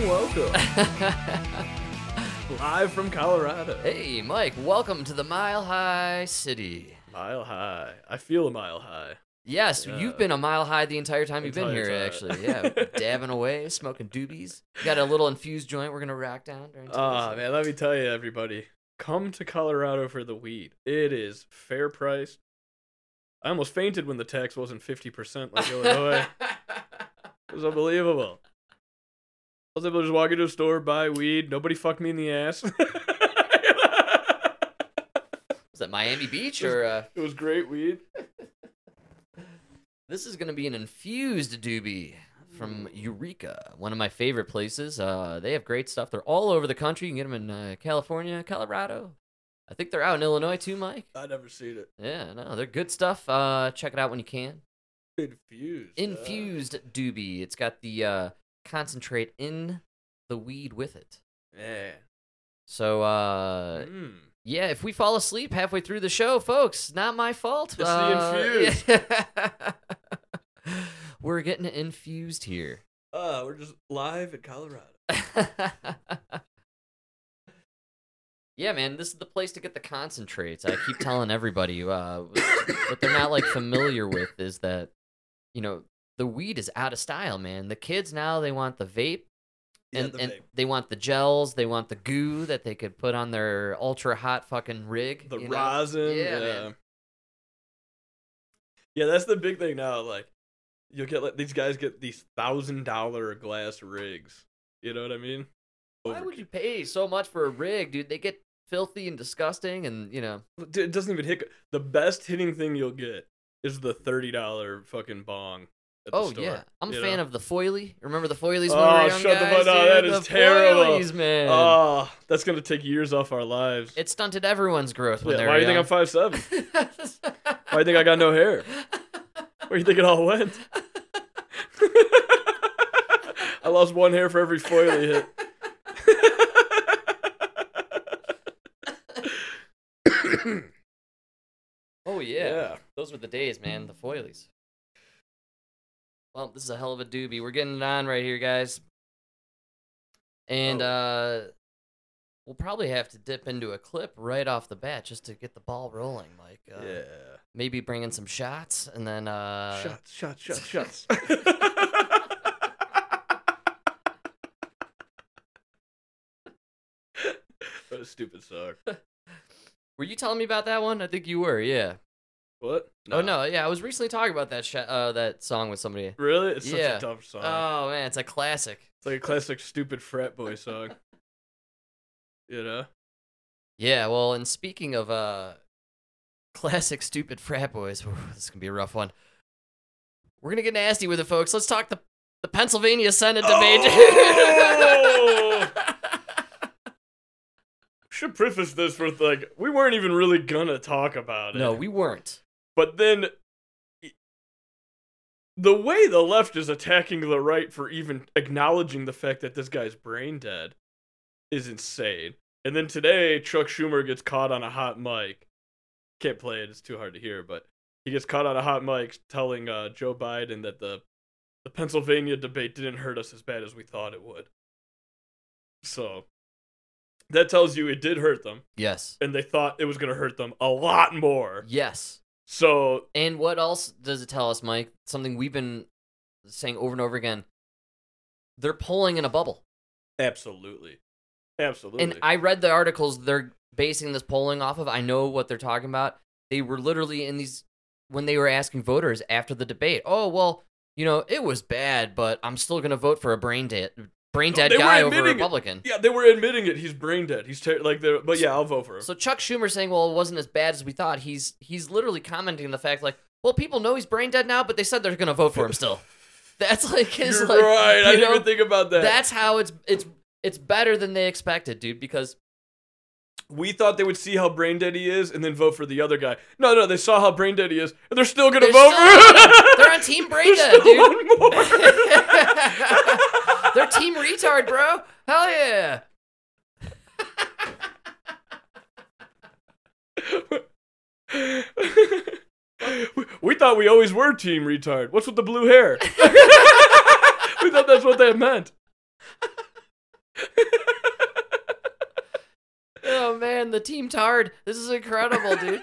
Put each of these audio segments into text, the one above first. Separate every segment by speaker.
Speaker 1: welcome. Live from Colorado.
Speaker 2: Hey, Mike, welcome to the Mile High City.
Speaker 1: Mile high. I feel a mile high.
Speaker 2: Yes,
Speaker 1: Yeah.
Speaker 2: you've been a mile high the entire time you've been
Speaker 1: Entire
Speaker 2: here,
Speaker 1: time.
Speaker 2: actually. Yeah, dabbing away, smoking doobies. Got a little infused joint we're going to rack down during
Speaker 1: Ah,
Speaker 2: today's-
Speaker 1: man, let me tell you, everybody. Come to Colorado for the weed. It is fair priced. I almost fainted when the tax wasn't 50% like Illinois. It was unbelievable. I was able to just walk into a store, buy weed. Nobody fucked me in the ass.
Speaker 2: Is that Miami Beach or. Uh,
Speaker 1: it was great weed.
Speaker 2: This is going to be an infused doobie from Eureka, one of my favorite places. Uh, they have great stuff. They're all over the country. You can get them in uh, California, Colorado. I think they're out in Illinois too, Mike.
Speaker 1: I never seen it.
Speaker 2: Yeah, no, they're good stuff. Uh, check it out when you can.
Speaker 1: Infused. uh,
Speaker 2: Infused doobie. It's got the uh, concentrate in the weed with it.
Speaker 1: yeah.
Speaker 2: So uh,
Speaker 1: Mm.
Speaker 2: yeah, if we fall asleep halfway through the show, folks, not my fault. Uh,
Speaker 1: It's the
Speaker 2: We're getting it infused here.
Speaker 1: Uh, we're just live in Colorado.
Speaker 2: yeah, man, this is the place to get the concentrates. I keep telling everybody uh, what they're not like familiar with is that you know the weed is out of style, man. The kids now they want the vape.
Speaker 1: Yeah,
Speaker 2: and,
Speaker 1: the
Speaker 2: and
Speaker 1: vape.
Speaker 2: they want the gels, they want the goo that they could put on their ultra hot fucking rig.
Speaker 1: The
Speaker 2: you know?
Speaker 1: rosin.
Speaker 2: Yeah,
Speaker 1: Yeah,
Speaker 2: man.
Speaker 1: Yeah, that's the big thing now. Like, you'll get like these guys get these thousand dollar glass rigs. You know what I mean?
Speaker 2: Why would you pay so much for a rig, dude? They get filthy and disgusting, and you know,
Speaker 1: Dude, It doesn't even hit. The best hitting thing you'll get is the thirty dollar fucking bong. At the
Speaker 2: Oh
Speaker 1: store,
Speaker 2: yeah, I'm a
Speaker 1: you
Speaker 2: fan
Speaker 1: know?
Speaker 2: of the foily. Remember the foilies?
Speaker 1: Oh,
Speaker 2: Oh,
Speaker 1: shut the
Speaker 2: guys,
Speaker 1: fuck- no, that
Speaker 2: dude?
Speaker 1: is
Speaker 2: The
Speaker 1: terrible.
Speaker 2: Foilies, man.
Speaker 1: Oh, that's gonna take years off our lives.
Speaker 2: it stunted everyone's growth when
Speaker 1: Yeah,
Speaker 2: they're
Speaker 1: why do you think
Speaker 2: young.
Speaker 1: I'm five seven?
Speaker 2: you think I'm?
Speaker 1: Why do you think I got no hair? Where do you think it all went? I lost one hair for every foil he hit.
Speaker 2: oh yeah. those were the days, man. The foilies. Well, this is a hell of a doobie. We're getting it on right here, guys. And
Speaker 1: Oh.
Speaker 2: uh, we'll probably have to dip into a clip right off the bat just to get the ball rolling, Mike. Uh,
Speaker 1: yeah.
Speaker 2: Maybe bring in some shots and then uh,
Speaker 1: shots, shots, shots, shots. what a stupid song.
Speaker 2: Were you telling me about that one? I think you were. Yeah.
Speaker 1: What?
Speaker 2: Oh no. Yeah, I was recently talking about that sh- uh, that song with somebody.
Speaker 1: Really? It's such
Speaker 2: Yeah.
Speaker 1: a dumb song.
Speaker 2: Oh man, it's a classic.
Speaker 1: it's like a classic stupid frat boy song. you know?
Speaker 2: Yeah. Well, and speaking of uh, classic stupid frat boys, this is gonna be a rough one. We're gonna get nasty with it, folks. Let's talk the the Pennsylvania Senate debate.
Speaker 1: Should preface this with like we weren't even really gonna talk about it.
Speaker 2: no, we weren't.
Speaker 1: But then e, the way the left is attacking the right for even acknowledging the fact that this guy's brain dead is insane. And then today Chuck Schumer gets caught on a hot mic. Can't play it, it's too hard to hear, but he gets caught on a hot mic telling uh, Joe Biden that the the Pennsylvania debate didn't hurt us as bad as we thought it would. So that tells you it did hurt them,
Speaker 2: Yes.
Speaker 1: and they thought it was going to hurt them a lot more.
Speaker 2: Yes.
Speaker 1: So
Speaker 2: And what else does it tell us, Mike? Something we've been saying over and over again. They're polling in a bubble.
Speaker 1: Absolutely. Absolutely.
Speaker 2: And I read the articles they're basing this polling off of. I know what they're talking about. They were literally in these when they were asking voters after the debate. Oh well, you know it was bad, but I'm still gonna vote for a brain dead brain dead
Speaker 1: They were
Speaker 2: guy over a
Speaker 1: admitting it.
Speaker 2: Republican.
Speaker 1: yeah, they were admitting it. He's brain dead. He's ter- like, they're- but yeah, I'll vote for him.
Speaker 2: So Chuck Schumer saying, "Well, it wasn't as bad as we thought." He's he's literally commenting on the fact like, "Well, people know he's brain dead now, but they said they're gonna vote for him still." That's like his
Speaker 1: You're
Speaker 2: like,
Speaker 1: right.
Speaker 2: you
Speaker 1: I didn't
Speaker 2: know,
Speaker 1: even think about that.
Speaker 2: That's how it's it's it's better than they expected, dude. Because
Speaker 1: we thought they would see how brain dead he is and then vote for the other guy. No, no, they saw how brain dead he is and they're still gonna
Speaker 2: They're
Speaker 1: vote
Speaker 2: still-
Speaker 1: for
Speaker 2: they're
Speaker 1: him.
Speaker 2: on Team Brain
Speaker 1: There's
Speaker 2: Dead,
Speaker 1: still
Speaker 2: dude.
Speaker 1: one more.
Speaker 2: They're Team Retard, bro. Hell yeah.
Speaker 1: We- we thought we always were team retard. What's with the blue hair? we thought that's what that meant.
Speaker 2: Oh, man, the team tired. This is incredible, dude.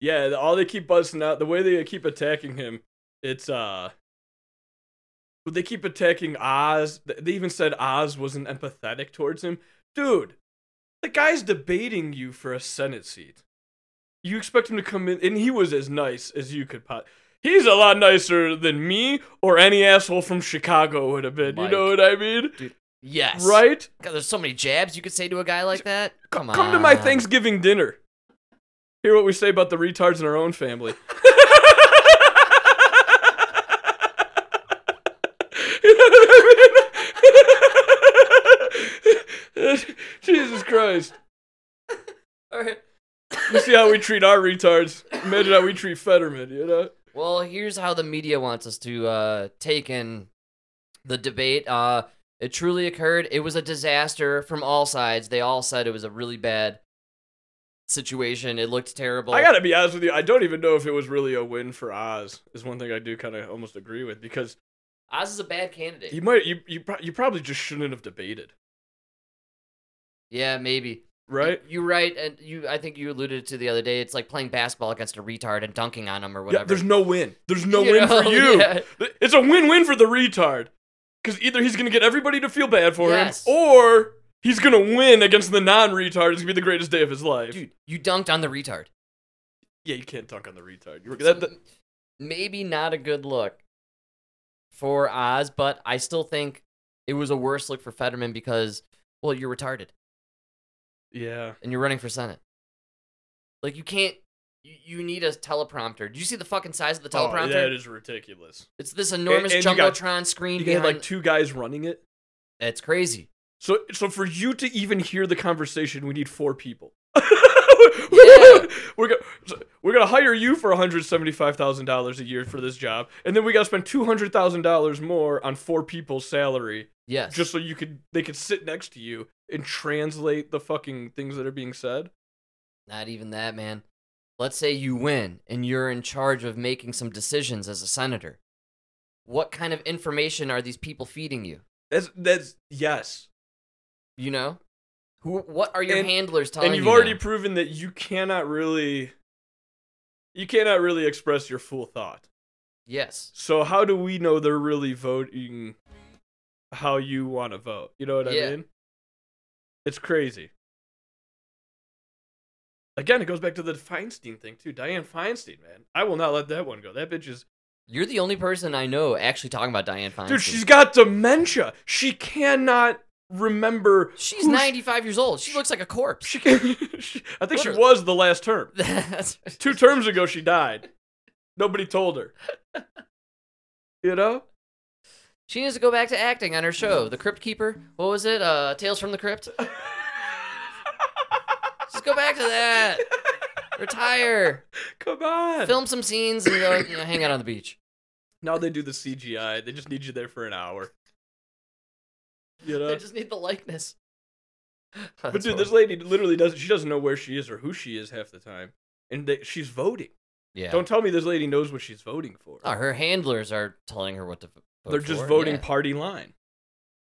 Speaker 1: Yeah, the- all they keep busting out the way they keep attacking him, it's uh but they keep attacking Oz. Th- They even said Oz wasn't empathetic towards him. Dude, the guy's debating you for a Senate seat. You expect him to come in and he was as nice as you could pot. He's a lot nicer than me or any asshole from Chicago would have been. You know
Speaker 2: Mike.
Speaker 1: what I mean?
Speaker 2: Yes.
Speaker 1: Right?
Speaker 2: God, there's so many jabs you could say to a guy like that. Come on.
Speaker 1: Come to my Thanksgiving dinner. Hear what we say about the retards in our own family. Jesus Christ.
Speaker 2: All right.
Speaker 1: You see how we treat our retards. Imagine how we treat Fetterman, you know?
Speaker 2: Well, here's how the media wants us to uh, take in the debate. Uh, it truly occurred. It was a disaster from all sides. They all said it was a really bad situation. It looked terrible.
Speaker 1: I gotta be honest with you, I don't even know if it was really a win for Oz, is one thing I do kind of almost agree with because
Speaker 2: Oz is a bad candidate.
Speaker 1: you might, you, you, pro- you probably just shouldn't have debated,
Speaker 2: yeah, maybe.
Speaker 1: right?
Speaker 2: You, you're right, and you. I think you alluded to the other day. It's like playing basketball against a retard and dunking on him or
Speaker 1: Yeah,
Speaker 2: whatever.
Speaker 1: there's no win. There's no
Speaker 2: You
Speaker 1: win for
Speaker 2: know,
Speaker 1: you.
Speaker 2: yeah.
Speaker 1: It's a win-win for the retard. Because either he's gonna get everybody to feel bad for
Speaker 2: Yes.
Speaker 1: him, or he's gonna win against the non-retard. It's gonna be the greatest day of his life.
Speaker 2: Dude, you dunked on the retard.
Speaker 1: Yeah, you can't dunk on the retard. You're- that- that-
Speaker 2: maybe not a good look for Oz, but I still think it was a worse look for Fetterman because, well, you're retarded
Speaker 1: yeah.
Speaker 2: and you're running for Senate. Like, you can't. You, you need a teleprompter. Do you see the fucking size of the
Speaker 1: Oh,
Speaker 2: teleprompter?
Speaker 1: yeah, it is ridiculous.
Speaker 2: It's this enormous
Speaker 1: and you got-
Speaker 2: jumbotron screen
Speaker 1: You had
Speaker 2: behind.
Speaker 1: like two guys running it.
Speaker 2: it's crazy.
Speaker 1: So, so for you to even hear the conversation, we need four people.
Speaker 2: Yeah.
Speaker 1: We're gonna so we're gonna hire you for one hundred seventy five thousand dollars a year for this job, and then we gotta spend two hundred thousand dollars more on four people's salary
Speaker 2: Yes.
Speaker 1: just so you could they could sit next to you and translate the fucking things that are being said.
Speaker 2: Not even that, man. Let's say you win and you're in charge of making some decisions as a senator. What kind of information are these people feeding you?
Speaker 1: That's that's yes.
Speaker 2: You know? Who what are your
Speaker 1: And-
Speaker 2: handlers telling
Speaker 1: and you've
Speaker 2: you
Speaker 1: already
Speaker 2: now?
Speaker 1: proven that you cannot really you cannot really express your full thought.
Speaker 2: Yes.
Speaker 1: So how do we know they're really voting how you want to vote? You know what I
Speaker 2: Yeah.
Speaker 1: mean? It's crazy. Again, it goes back to the Feinstein thing too. Diane Feinstein, man, I will not let that one go. That bitch is
Speaker 2: You're the only person I know actually talking about Diane Feinstein.
Speaker 1: dude. She's got dementia. She cannot remember.
Speaker 2: She's
Speaker 1: who she-
Speaker 2: 95 years old. She looks like a corpse.
Speaker 1: She, can, she I think she
Speaker 2: Literally.
Speaker 1: was the last term.
Speaker 2: That's-
Speaker 1: Two terms ago, she died. Nobody told her. You know?
Speaker 2: she needs to go back to acting on her show, The Crypt Keeper. What was it? Uh, Tales from the Crypt. Just go back to that. Retire.
Speaker 1: Come on.
Speaker 2: Film some scenes and go you know, hang out on the beach.
Speaker 1: Now they do the CGI. They just need you there for an hour. You know?
Speaker 2: I just need the likeness.
Speaker 1: Uh, but dude, this lady literally doesn't. She doesn't know where she is or who she is half the time, and they, she's voting.
Speaker 2: yeah.
Speaker 1: Don't tell me this lady knows what she's voting for.
Speaker 2: Oh, her handlers are telling her what to v- vote
Speaker 1: They're just
Speaker 2: for,
Speaker 1: voting
Speaker 2: yeah.
Speaker 1: party line,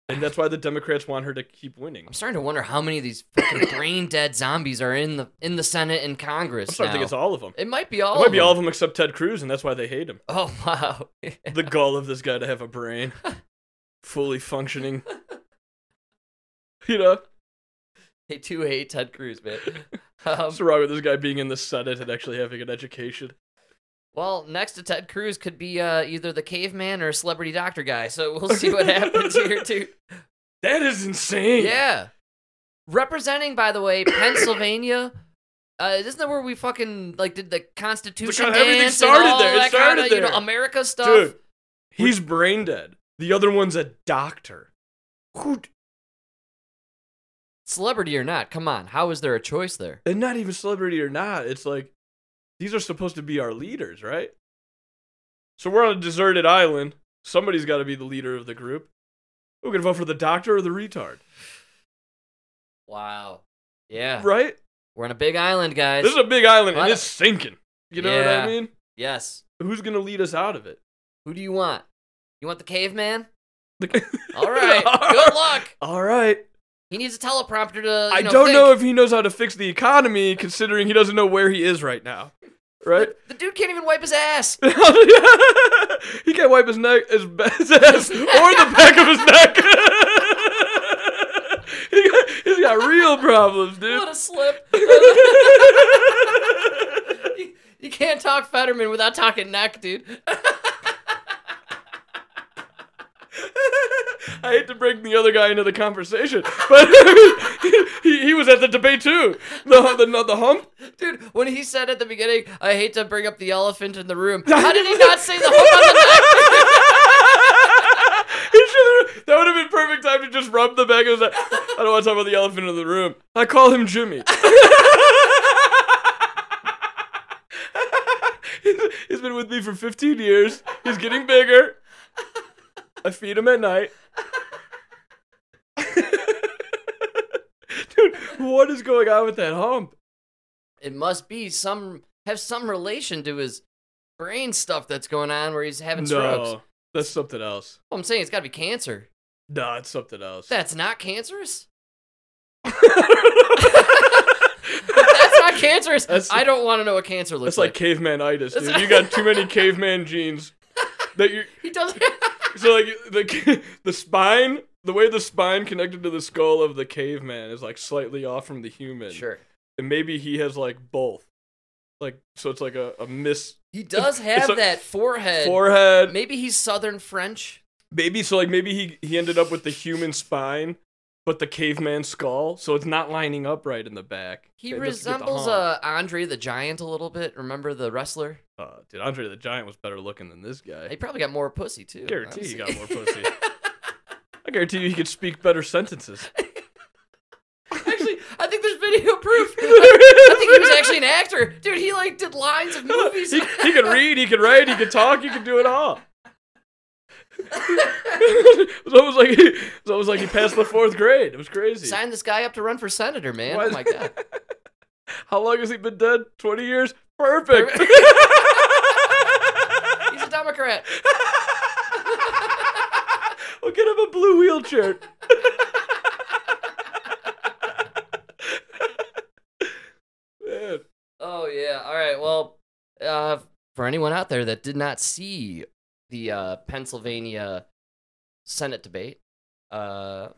Speaker 1: and that's why the Democrats want her to keep winning.
Speaker 2: I'm starting to wonder how many of these fucking brain dead zombies are in the in the Senate and Congress.
Speaker 1: I'm starting to
Speaker 2: now.
Speaker 1: think it's all of them.
Speaker 2: It might be all.
Speaker 1: it might
Speaker 2: of
Speaker 1: be
Speaker 2: them.
Speaker 1: all of them except Ted Cruz, and that's why they hate him.
Speaker 2: Oh wow.
Speaker 1: The gall of this guy to have a brain, fully functioning. You know,
Speaker 2: they do hate Ted Cruz, man. Um,
Speaker 1: what's wrong with this guy being in the Senate and actually having an education?
Speaker 2: well, next to Ted Cruz could be uh, either the caveman or a celebrity doctor guy. So we'll see what happens here, too.
Speaker 1: That is insane.
Speaker 2: Yeah. Representing, by the way, Pennsylvania. Uh, isn't that where we fucking like did the Constitution
Speaker 1: how
Speaker 2: dance
Speaker 1: everything
Speaker 2: and
Speaker 1: started
Speaker 2: all
Speaker 1: there. It
Speaker 2: that
Speaker 1: started
Speaker 2: kinda, you
Speaker 1: there.
Speaker 2: know, America stuff?
Speaker 1: Dude, he's brain dead. The other one's a doctor. Who? d-
Speaker 2: Celebrity or not, come on. How is there a choice there?
Speaker 1: And not even celebrity or not. It's like these are supposed to be our leaders, right? So we're on a deserted island. Somebody's got to be the leader of the group. Who can vote for the doctor or the retard?
Speaker 2: Wow. Yeah.
Speaker 1: Right?
Speaker 2: We're on a big island, guys.
Speaker 1: This is a big island
Speaker 2: What
Speaker 1: and
Speaker 2: a-
Speaker 1: it's sinking. You know what
Speaker 2: Yeah.
Speaker 1: I mean?
Speaker 2: yes.
Speaker 1: Who's gonna lead us out of it?
Speaker 2: Who do you want? You want the caveman?
Speaker 1: The-
Speaker 2: All right. Good luck.
Speaker 1: All right.
Speaker 2: He needs a teleprompter to.
Speaker 1: I
Speaker 2: you know,
Speaker 1: don't know
Speaker 2: think.
Speaker 1: if he knows how to fix the economy, considering he doesn't know where he is right now. Right?
Speaker 2: The dude can't even wipe his ass.
Speaker 1: he can't wipe his neck, his, ba- his ass, or the back of his neck. he got, he's got real problems,
Speaker 2: what
Speaker 1: dude.
Speaker 2: a slip. you, you can't talk Fetterman without talking neck, dude.
Speaker 1: I hate to bring the other guy into the conversation, but he, he was at the debate too. The the, the hump.
Speaker 2: Dude, when he said at the beginning, I hate to bring up the elephant in the room, how did he not say the hook on the neck?
Speaker 1: He should've- that would have been perfect time to just rub the back of his neck. I don't want to talk about the elephant in the room. I call him Jimmy. He's- he's been with me for 15 years. He's getting bigger. I feed him at night. Dude, what is going on with that hump?
Speaker 2: It must be some have some relation to his brain stuff that's going on where he's having strokes.
Speaker 1: No, that's something else.
Speaker 2: Well, I'm saying it's got to be cancer.
Speaker 1: No, it's something else.
Speaker 2: That's not cancerous. If that's not cancerous.
Speaker 1: That's-
Speaker 2: I don't want to know what cancer looks
Speaker 1: That's like cavemanitis,
Speaker 2: That's-
Speaker 1: dude. You got too many caveman genes. That you
Speaker 2: He doesn't.
Speaker 1: so like the the spine, the way the spine connected to the skull of the caveman is like slightly off from the human.
Speaker 2: sure.
Speaker 1: And maybe he has like both. Like so it's like a, a miss
Speaker 2: He does have
Speaker 1: a
Speaker 2: that forehead.
Speaker 1: forehead.
Speaker 2: Maybe he's Southern French.
Speaker 1: Maybe so like maybe he he ended up with the human spine but the caveman skull, so it's not lining up right in the back.
Speaker 2: He
Speaker 1: It doesn't get the
Speaker 2: resembles
Speaker 1: hump.
Speaker 2: uh, Andre the Giant a little bit. Remember the wrestler?
Speaker 1: Uh, dude, Andre the Giant was better looking than this guy.
Speaker 2: He probably got more pussy too.
Speaker 1: Guarantee he got
Speaker 2: honestly.
Speaker 1: more pussy. I guarantee you he could speak better sentences.
Speaker 2: actually, I think there's video proof. I I think he was
Speaker 1: he,
Speaker 2: actually an actor, dude. He like did lines of movies.
Speaker 1: he could read, he could write, he could talk, he could do it all. it was almost like he, it was almost like he passed the fourth grade. It was crazy.
Speaker 2: Sign this guy up to run for senator, man.
Speaker 1: Why-
Speaker 2: Oh my god.
Speaker 1: How long has he been dead? Twenty years. Perfect.
Speaker 2: He's a Democrat.
Speaker 1: we'll get him a blue wheelchair. Man.
Speaker 2: Oh yeah. All right. Well, uh, for anyone out there that did not see the uh, Pennsylvania Senate debate, uh,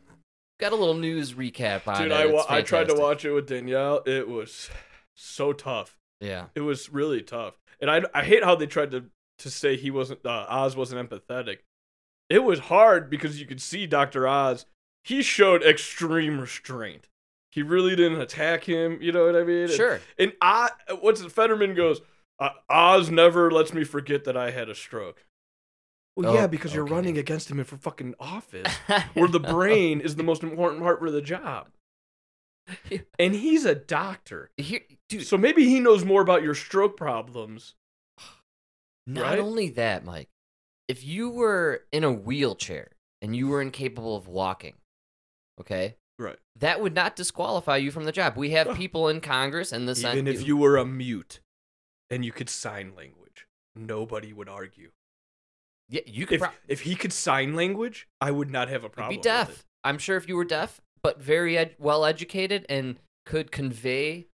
Speaker 2: got a little news recap on
Speaker 1: Dude,
Speaker 2: it.
Speaker 1: I, wa-
Speaker 2: Ah, It's
Speaker 1: I tried to
Speaker 2: fantastic.
Speaker 1: watch it with Danielle. It was so tough.
Speaker 2: Yeah.
Speaker 1: It was really tough. And I, I hate how they tried to, to say he wasn't, uh, Oz wasn't empathetic. It was hard because you could see Dr. Oz. He showed extreme restraint. He really didn't attack him. You know what I mean? And-
Speaker 2: Sure.
Speaker 1: And, I, what's it? Fetterman goes, uh, Oz never lets me forget that I had a stroke. Well,
Speaker 2: Oh,
Speaker 1: yeah, because you're
Speaker 2: okay.
Speaker 1: running against him in for fucking office where the brain is the most important part for the job.
Speaker 2: Yeah.
Speaker 1: And he's a doctor.
Speaker 2: Here, dude.
Speaker 1: So maybe he knows more about your stroke problems.
Speaker 2: Not
Speaker 1: right?
Speaker 2: only that, Mike, if you were in a wheelchair and you were incapable of walking, okay,
Speaker 1: Right.
Speaker 2: that would not disqualify you from the job. We
Speaker 1: No.
Speaker 2: have people in Congress and the Senate.
Speaker 1: Even if you were a mute and you could sign language, nobody would argue.
Speaker 2: yeah, you could
Speaker 1: If,
Speaker 2: pro-
Speaker 1: if he could sign language, I would not have a
Speaker 2: you'd
Speaker 1: problem.
Speaker 2: be
Speaker 1: with
Speaker 2: deaf.
Speaker 1: it.
Speaker 2: I'm sure if you were deaf, but very ed- well educated and could convey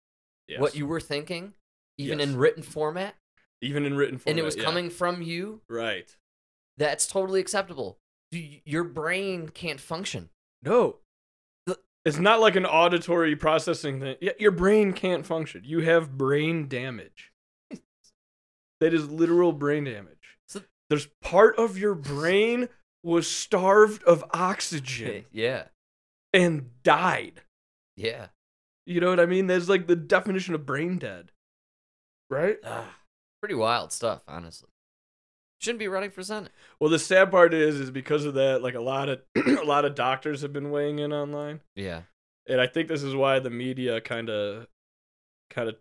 Speaker 2: what
Speaker 1: Yes.
Speaker 2: you were thinking, even
Speaker 1: Yes.
Speaker 2: in written format,
Speaker 1: even in written form.
Speaker 2: and it was coming from you,
Speaker 1: right.
Speaker 2: that's totally acceptable. You, your brain can't function.
Speaker 1: No.
Speaker 2: The-
Speaker 1: It's not like an auditory processing thing. Yeah, your brain can't function. You have brain damage. that is literal brain damage.
Speaker 2: So-
Speaker 1: There's part of your brain was starved of oxygen
Speaker 2: yeah,
Speaker 1: and died.
Speaker 2: yeah.
Speaker 1: You know what I mean? That's like the definition of brain dead. Right?
Speaker 2: Ah, pretty wild stuff, honestly. Shouldn't be running for senate.
Speaker 1: Well, the sad part is is because of that like a lot of a lot of doctors have been weighing in online.
Speaker 2: Yeah.
Speaker 1: and I think this is why the media kind of, kind of,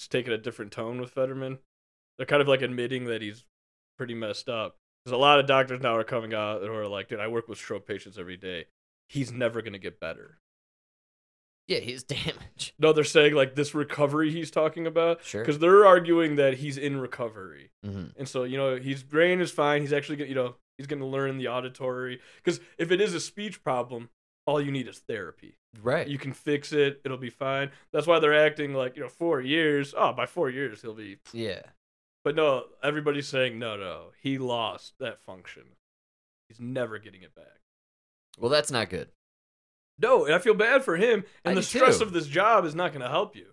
Speaker 1: is taking a different tone with Fetterman. They're kind of like admitting that he's pretty messed up. Because a lot of doctors now are coming out who are like, "Dude, I work with stroke patients every day. He's never gonna get better."
Speaker 2: Yeah, he's damaged.
Speaker 1: No, they're saying like this recovery he's talking about,
Speaker 2: Sure.
Speaker 1: because they're arguing that he's in recovery.
Speaker 2: hmm
Speaker 1: And so, you know, his brain is fine. He's actually, gonna, you know, he's going to learn the auditory. Because if it is a speech problem, all you need is therapy.
Speaker 2: Right.
Speaker 1: You can fix it. It'll be fine. That's why they're acting like, you know, four years. Oh, by four years, he'll be.
Speaker 2: yeah.
Speaker 1: But no, everybody's saying, no, no, he lost that function. He's never getting it back.
Speaker 2: Well, that's not good.
Speaker 1: No, and I feel bad for him.
Speaker 2: I
Speaker 1: And the
Speaker 2: do
Speaker 1: stress
Speaker 2: too.
Speaker 1: of this job is not going to help you.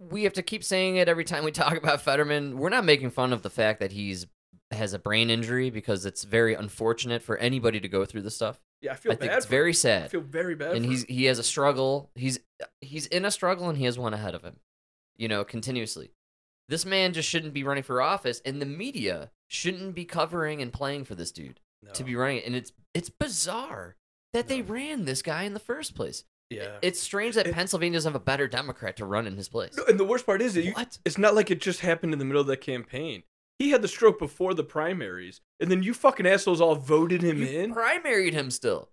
Speaker 2: We have to keep saying it every time we talk about Fetterman. We're not making fun of the fact that he's has a brain injury because it's very unfortunate for anybody to go through this stuff.
Speaker 1: Yeah, I feel
Speaker 2: I
Speaker 1: bad.
Speaker 2: think it's
Speaker 1: for
Speaker 2: very
Speaker 1: him. I
Speaker 2: sad.
Speaker 1: feel very bad.
Speaker 2: and
Speaker 1: for
Speaker 2: he's
Speaker 1: him.
Speaker 2: he has a struggle. He's he's in a struggle and he has one ahead of him. You know, continuously. This man just shouldn't be running for office and the media shouldn't be covering and playing for this dude to
Speaker 1: No.
Speaker 2: be running it. And it's it's bizarre that they
Speaker 1: Oh. No.
Speaker 2: ran this guy in the first place.
Speaker 1: yeah.
Speaker 2: It's strange that
Speaker 1: It-
Speaker 2: Pennsylvania doesn't have a better Democrat to run in his place.
Speaker 1: No, and the worst part is that you,
Speaker 2: What?
Speaker 1: it's not like it just happened in the middle of that campaign. He had the stroke before the primaries, and then you fucking assholes all voted him
Speaker 2: You
Speaker 1: in.
Speaker 2: primaried him still.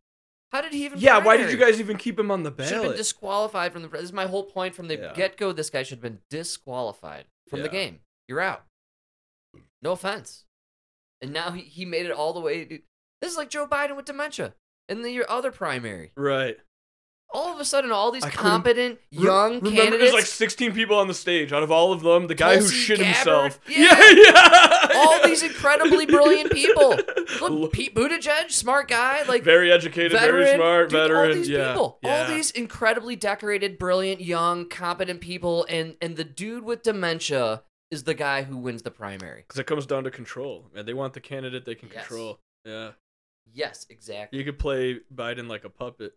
Speaker 2: How did he even
Speaker 1: Yeah, why did you
Speaker 2: primary?
Speaker 1: guys even keep him on the
Speaker 2: should have been
Speaker 1: ballot?
Speaker 2: disqualified from the. This is my whole point from the
Speaker 1: Yeah.
Speaker 2: get go. This guy should have been disqualified from the
Speaker 1: Yeah.
Speaker 2: game. You're out. No offense. And now he, he made it all the way. To, this is like Joe Biden with dementia in the, your other primary.
Speaker 1: right.
Speaker 2: All of a sudden, all these
Speaker 1: I couldn't-
Speaker 2: competent
Speaker 1: Re-
Speaker 2: young
Speaker 1: remember,
Speaker 2: candidates,
Speaker 1: There's like 16 people on the stage. Out of all of them, the guy
Speaker 2: Tulsi
Speaker 1: who shit
Speaker 2: Gabbard?
Speaker 1: himself.
Speaker 2: Yeah.
Speaker 1: yeah, yeah.
Speaker 2: all
Speaker 1: yeah.
Speaker 2: these incredibly brilliant people.
Speaker 1: Lo-
Speaker 2: Look, Pete Buttigieg, smart guy, like
Speaker 1: very educated, very
Speaker 2: veteran,
Speaker 1: smart,
Speaker 2: dude,
Speaker 1: veteran.
Speaker 2: All these
Speaker 1: yeah,
Speaker 2: people,
Speaker 1: yeah.
Speaker 2: all these incredibly decorated, brilliant, young, competent people, and and the dude with dementia is the guy who wins the primary.
Speaker 1: Because it comes down to control, man. They want the candidate they can
Speaker 2: Yes.
Speaker 1: control. Yeah,
Speaker 2: Yes, exactly.
Speaker 1: you could play Biden like a puppet.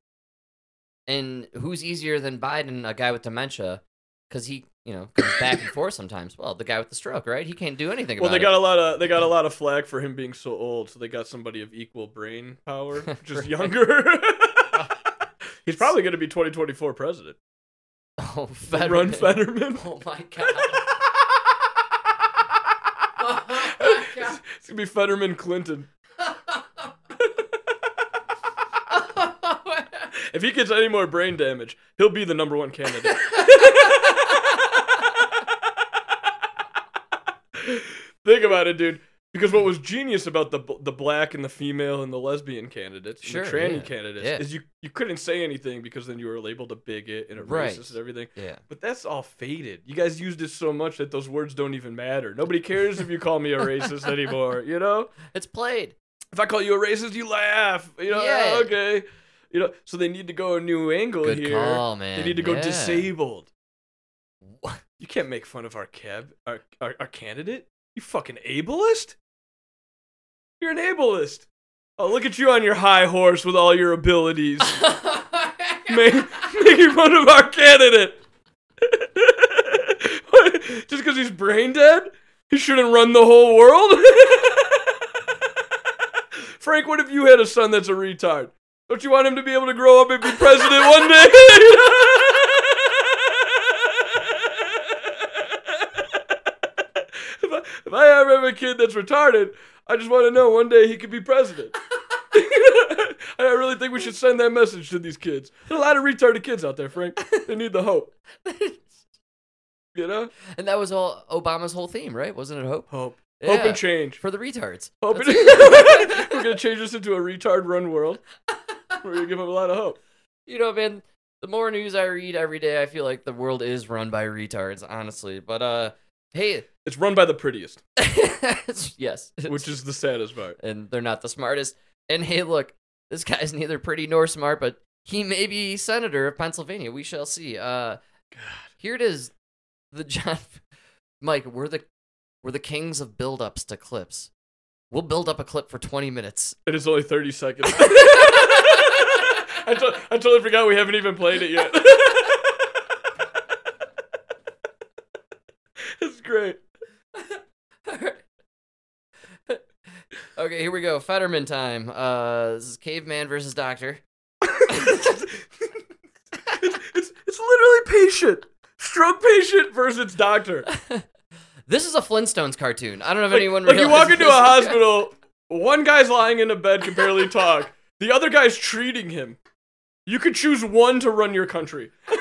Speaker 2: And who's easier than Biden, a guy with dementia, because he you know comes back and forth sometimes. Well, the guy with the stroke, right? He can't do anything.
Speaker 1: Well, they
Speaker 2: about
Speaker 1: got a lot of they got a lot of flack for him being so old, so they got somebody of equal brain power, just
Speaker 2: Right.
Speaker 1: younger. He's probably going to be 2024 president.
Speaker 2: it. Oh,
Speaker 1: They
Speaker 2: Fetterman.
Speaker 1: Run Fetterman.
Speaker 2: Oh my god. my God.
Speaker 1: It's gonna be Fetterman Clinton. If he gets any more brain damage, he'll be the number one candidate. Think about it, dude. Because what was genius about the the black and the female and the lesbian candidates, and
Speaker 2: Sure,
Speaker 1: the tranny
Speaker 2: yeah,
Speaker 1: candidates,
Speaker 2: yeah.
Speaker 1: is you you couldn't say anything because then you were labeled a bigot and a
Speaker 2: Right.
Speaker 1: racist and everything.
Speaker 2: yeah.
Speaker 1: But that's all faded. You guys used it so much that those words don't even matter. Nobody cares if you call me a racist anymore. You know,
Speaker 2: It's played.
Speaker 1: if I call you a racist, you laugh. You know,
Speaker 2: Yeah.
Speaker 1: "Oh, okay. You know, so they need to go a new angle
Speaker 2: Good
Speaker 1: here.
Speaker 2: call, man.
Speaker 1: They need to go
Speaker 2: Yeah.
Speaker 1: disabled. You can't make fun of our cab, our, our, our candidate. You fucking ableist. You're an ableist. Oh, look at you on your high horse with all your abilities, Ma- making fun of our candidate. What? Just because he's brain dead, he shouldn't run the whole world. Frank, what if you had a son that's a retard? Don't you want him to be able to grow up and be president one day? if, I, if I ever have a kid that's retarded, I just want to know one day he could be president. I really think we should send that message to these kids. There are a lot of retarded kids out there, Frank. They need the hope. You know?
Speaker 2: and that was all Obama's whole theme, right? Wasn't it hope?
Speaker 1: Hope. Hope
Speaker 2: Yeah,
Speaker 1: and change.
Speaker 2: for the retards.
Speaker 1: Hope
Speaker 2: That's
Speaker 1: and-
Speaker 2: it.
Speaker 1: We're going to change this into a retard run world. We're going to give them a lot of hope.
Speaker 2: you know, man, the more news I read every day, I feel like the world is run by retards, honestly. But uh hey,
Speaker 1: It's run by the prettiest,
Speaker 2: yes.
Speaker 1: which is the saddest part.
Speaker 2: and they're not the smartest. And hey, look, this guy's neither pretty nor smart, but he may be senator of Pennsylvania. We shall see. Uh, Here it is, the John, Mike. We're the we're the kings of build-ups to clips. We'll build up a clip for twenty minutes.
Speaker 1: It is only 30 seconds. I, to- I totally forgot we haven't even played it yet. it's great.
Speaker 2: okay, here we go. Fetterman time. Uh, this is caveman versus doctor.
Speaker 1: it's, it's, it's literally patient. Stroke patient versus doctor.
Speaker 2: This is a Flintstones cartoon. I don't know if
Speaker 1: Like,
Speaker 2: anyone.
Speaker 1: like you walk
Speaker 2: realizes
Speaker 1: into a
Speaker 2: this.
Speaker 1: hospital, one guy's lying in a bed, can barely talk. The other guy's treating him. You could choose one to run your country.
Speaker 2: Oh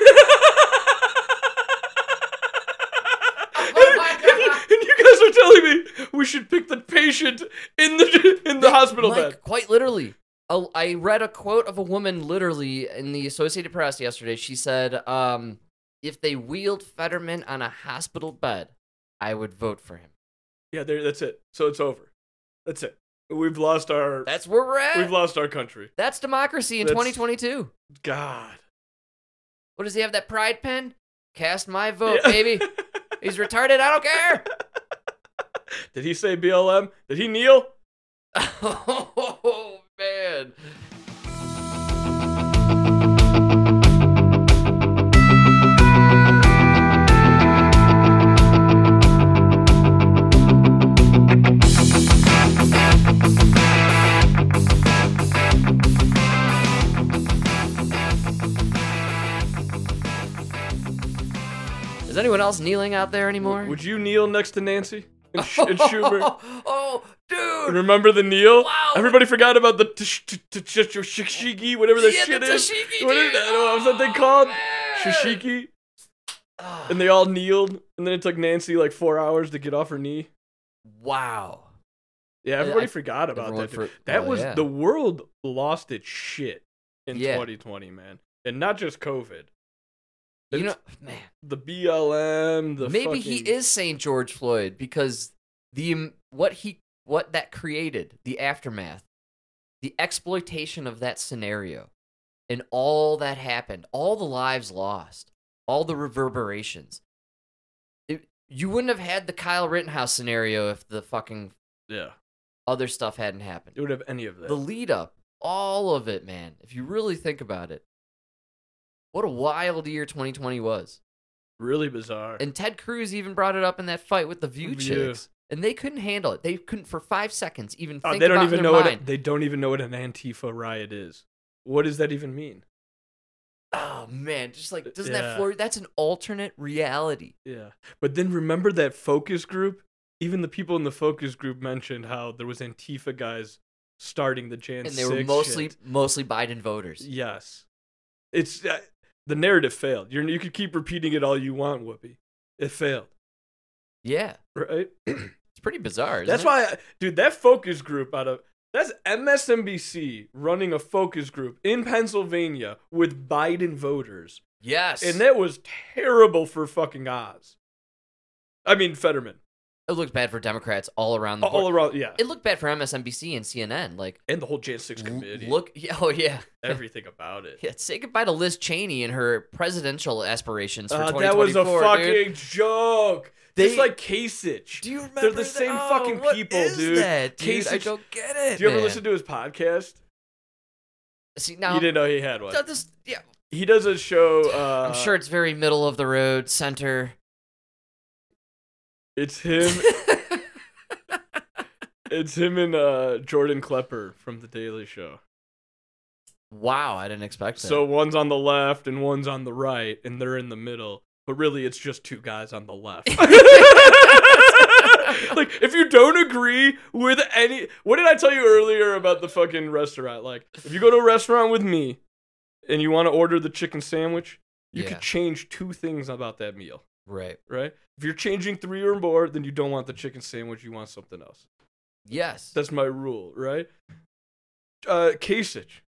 Speaker 2: Oh my
Speaker 1: and, and you guys are telling me we should pick the patient in the in the hospital
Speaker 2: Mike,
Speaker 1: bed.
Speaker 2: Quite literally, a, I read a quote of a woman literally in the Associated Press yesterday. She said, um, if they wheeled Fetterman on a hospital bed, I would vote for him.
Speaker 1: Yeah, there. That's it. So it's over. That's it. We've lost our.
Speaker 2: That's where we're at.
Speaker 1: we've lost our country.
Speaker 2: That's democracy in
Speaker 1: That's-
Speaker 2: 2022.
Speaker 1: God.
Speaker 2: What does he have? That pride pen? Cast my vote,
Speaker 1: Yeah.
Speaker 2: baby. He's retarded. I don't care.
Speaker 1: Did he say BLM? Did he kneel?
Speaker 2: oh man. Is anyone else kneeling out there anymore?
Speaker 1: Would you kneel next to Nancy and, Sch- and Schubert?
Speaker 2: oh, dude.
Speaker 1: Remember the kneel?
Speaker 2: Wow.
Speaker 1: Everybody forgot about the tsh- tsh- tsh- tsh- tsh- shishigi, whatever that
Speaker 2: Yeah,
Speaker 1: shit
Speaker 2: the
Speaker 1: is.
Speaker 2: tashiki,
Speaker 1: What is
Speaker 2: dude.
Speaker 1: that? What was that thing
Speaker 2: Oh,
Speaker 1: called?
Speaker 2: man.
Speaker 1: Shishiki.
Speaker 2: Ah,
Speaker 1: And they all kneeled, and then it took Nancy like four hours to get off her knee.
Speaker 2: wow.
Speaker 1: Yeah,
Speaker 2: Yeah,
Speaker 1: everybody
Speaker 2: I-
Speaker 1: forgot about
Speaker 2: everyone
Speaker 1: that. dude.
Speaker 2: for-
Speaker 1: that
Speaker 2: well,
Speaker 1: was
Speaker 2: yeah.
Speaker 1: the world lost its shit in
Speaker 2: Yeah.
Speaker 1: 2020, man, and not just COVID.
Speaker 2: you know,
Speaker 1: It's
Speaker 2: man.
Speaker 1: the BLM, the
Speaker 2: maybe
Speaker 1: fucking,
Speaker 2: he is Saint George Floyd because the um, what he what that created, the aftermath, the exploitation of that scenario, and all that happened, all the lives lost, all the reverberations. It, you wouldn't have had the Kyle Rittenhouse scenario if the fucking
Speaker 1: Yeah,
Speaker 2: other stuff hadn't happened.
Speaker 1: it would have any of that.
Speaker 2: the lead up, all of it, man. If you really think about it, what a wild year 2020 was.
Speaker 1: really bizarre.
Speaker 2: And Ted Cruz even brought it up in that fight with the View
Speaker 1: Yeah.
Speaker 2: chicks, and they couldn't handle it. They couldn't for five seconds even
Speaker 1: Oh,
Speaker 2: think
Speaker 1: they don't
Speaker 2: about
Speaker 1: even
Speaker 2: their
Speaker 1: know what a-
Speaker 2: mind.
Speaker 1: they don't even know what an Antifa riot is. What does that even mean?
Speaker 2: oh man, just like doesn't
Speaker 1: Uh, Yeah.
Speaker 2: that floor? That's an alternate reality.
Speaker 1: Yeah. But then remember that focus group? Even the people in the focus group mentioned how there was Antifa guys starting the Jan
Speaker 2: And they were
Speaker 1: 6
Speaker 2: mostly
Speaker 1: shit.
Speaker 2: mostly Biden voters.
Speaker 1: Yes. It's uh, the narrative failed. You're, you could keep repeating it all you want, Whoopi. It failed,
Speaker 2: Yeah,
Speaker 1: right?
Speaker 2: it's pretty bizarre. isn't
Speaker 1: That's
Speaker 2: it?
Speaker 1: why, I, dude, that focus group out of that's MSNBC running a focus group in Pennsylvania with Biden voters.
Speaker 2: Yes,
Speaker 1: And that was terrible for fucking Oz. I mean, Fetterman.
Speaker 2: it looked bad for Democrats all around the board.
Speaker 1: All around, yeah.
Speaker 2: Mm-hmm. it looked bad for MSNBC and CNN. Like,
Speaker 1: and the whole Jan 6
Speaker 2: l-
Speaker 1: committee.
Speaker 2: look, yeah, oh yeah.
Speaker 1: everything about it.
Speaker 2: Yeah, say goodbye to Liz Cheney and her presidential aspirations for
Speaker 1: Uh,
Speaker 2: 2024.
Speaker 1: that was a
Speaker 2: dude.
Speaker 1: fucking joke.
Speaker 2: They-
Speaker 1: Just like Kasich.
Speaker 2: Do
Speaker 1: Do
Speaker 2: you remember? Oh,
Speaker 1: the same fucking
Speaker 2: what
Speaker 1: people,
Speaker 2: is
Speaker 1: dude.
Speaker 2: That, dude? I
Speaker 1: Kasich-
Speaker 2: don't get it.
Speaker 1: you ever listen to his podcast?
Speaker 2: See now,
Speaker 1: you didn't know he had one.
Speaker 2: now this, yeah,
Speaker 1: He does a show. Uh,
Speaker 2: I'm sure it's very middle of the road center.
Speaker 1: it's him. it's him and uh, Jordan Klepper from The Daily Show.
Speaker 2: wow, I didn't expect that.
Speaker 1: So one's on the left and one's on the right, and they're in the middle. But really, it's just two guys on the left. like, if you don't agree with any, what did I tell you earlier about the fucking restaurant? Like, if you go to a restaurant with me and you want to order the chicken sandwich, you
Speaker 2: yeah,
Speaker 1: could change two things about that meal,
Speaker 2: right.
Speaker 1: right? If you're changing three or more, then you don't want the chicken sandwich. You want something else.
Speaker 2: Yes,
Speaker 1: That's my rule, right? Uh, Kasich.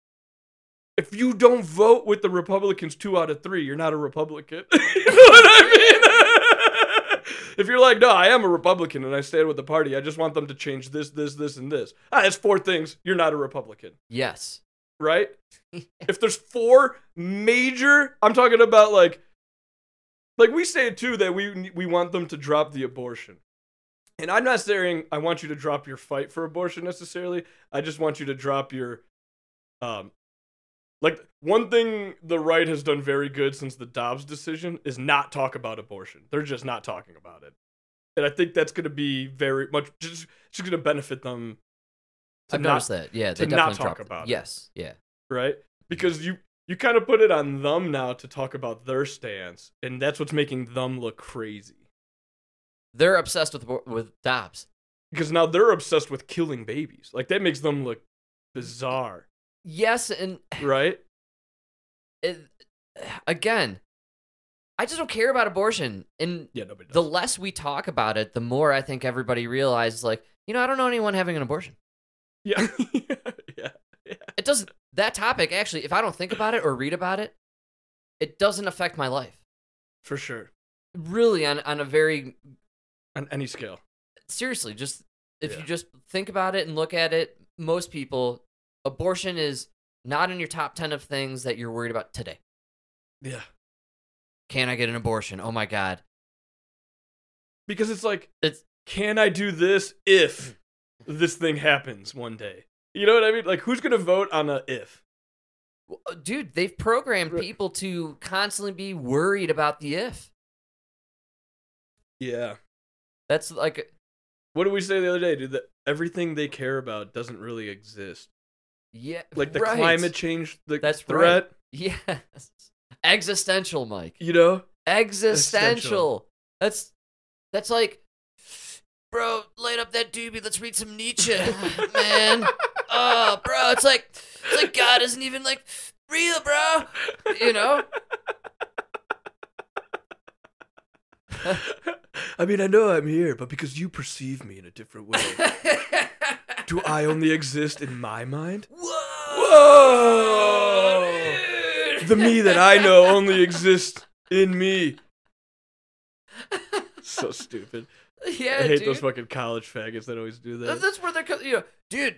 Speaker 1: If you don't vote with the Republicans two out of three, you're not a Republican. you know what I mean? if you're like, no, I am a Republican and I stand with the party, I just want them to change this, this, this, and this. Ah, that's four things. You're not a Republican,
Speaker 2: yes.
Speaker 1: right? if there's four major, I'm talking about like, like we say too that we we want them to drop the abortion, and I'm not saying I want you to drop your fight for abortion necessarily. I just want you to drop your, um, like one thing the right has done very good since the Dobbs decision is not talk about abortion. They're just not talking about it, and I think that's going to be very much just just going to benefit them. to
Speaker 2: I've
Speaker 1: not-
Speaker 2: noticed that. Yeah, they
Speaker 1: to
Speaker 2: definitely
Speaker 1: not talk
Speaker 2: dropped
Speaker 1: about it.
Speaker 2: Yes, yeah,
Speaker 1: right? Because you you kind of put it on them now to talk about their stance, and that's what's making them look crazy.
Speaker 2: they're obsessed with abor- with Dobbs.
Speaker 1: Because now they're obsessed with killing babies. Like that makes them look bizarre,
Speaker 2: Yes, and
Speaker 1: right?
Speaker 2: it, again, I just don't care about abortion. And
Speaker 1: Yeah, nobody does.
Speaker 2: the less we talk about it, the more I think everybody realizes, like, you know, I don't know anyone having an abortion.
Speaker 1: yeah. yeah. Yeah.
Speaker 2: It doesn't that topic actually, if I don't think about it or read about it, it doesn't affect my life.
Speaker 1: for sure
Speaker 2: Really on on a very
Speaker 1: on any scale.
Speaker 2: seriously, just if
Speaker 1: Yeah.
Speaker 2: you just think about it and look at it, most people abortion is not in your top 10 of things that you're worried about today.
Speaker 1: Yeah,
Speaker 2: Can I get an abortion? Oh my god.
Speaker 1: because it's Mm. like,
Speaker 2: It's-
Speaker 1: can I do this if this thing happens one day? You know what I mean? Like, who's gonna vote on a if?
Speaker 2: Well, uh, Dude, they've programmed
Speaker 1: Right.
Speaker 2: people to constantly be worried about the if.
Speaker 1: Yeah.
Speaker 2: That's like
Speaker 1: What did we say the other day, dude? That everything they care about doesn't really exist.
Speaker 2: yeah,
Speaker 1: Like the
Speaker 2: right.
Speaker 1: climate change, the
Speaker 2: That's right.
Speaker 1: threat.
Speaker 2: Yes. Existential, Mike.
Speaker 1: You know?
Speaker 2: Existential. That's that's like Bro, light up that doobie. Let's read some Nietzsche, man. Oh, bro, it's like it's like God isn't even like real, bro. You know?
Speaker 1: I mean, I know I'm here, but because you perceive me in a different way, do I only exist in my mind?
Speaker 2: Whoa!
Speaker 1: The me that I know only exists in me. So stupid.
Speaker 2: Yeah,
Speaker 1: I hate
Speaker 2: dude.
Speaker 1: those fucking college faggots that always do
Speaker 2: That-
Speaker 1: that.
Speaker 2: That's where they're co- you know, dude.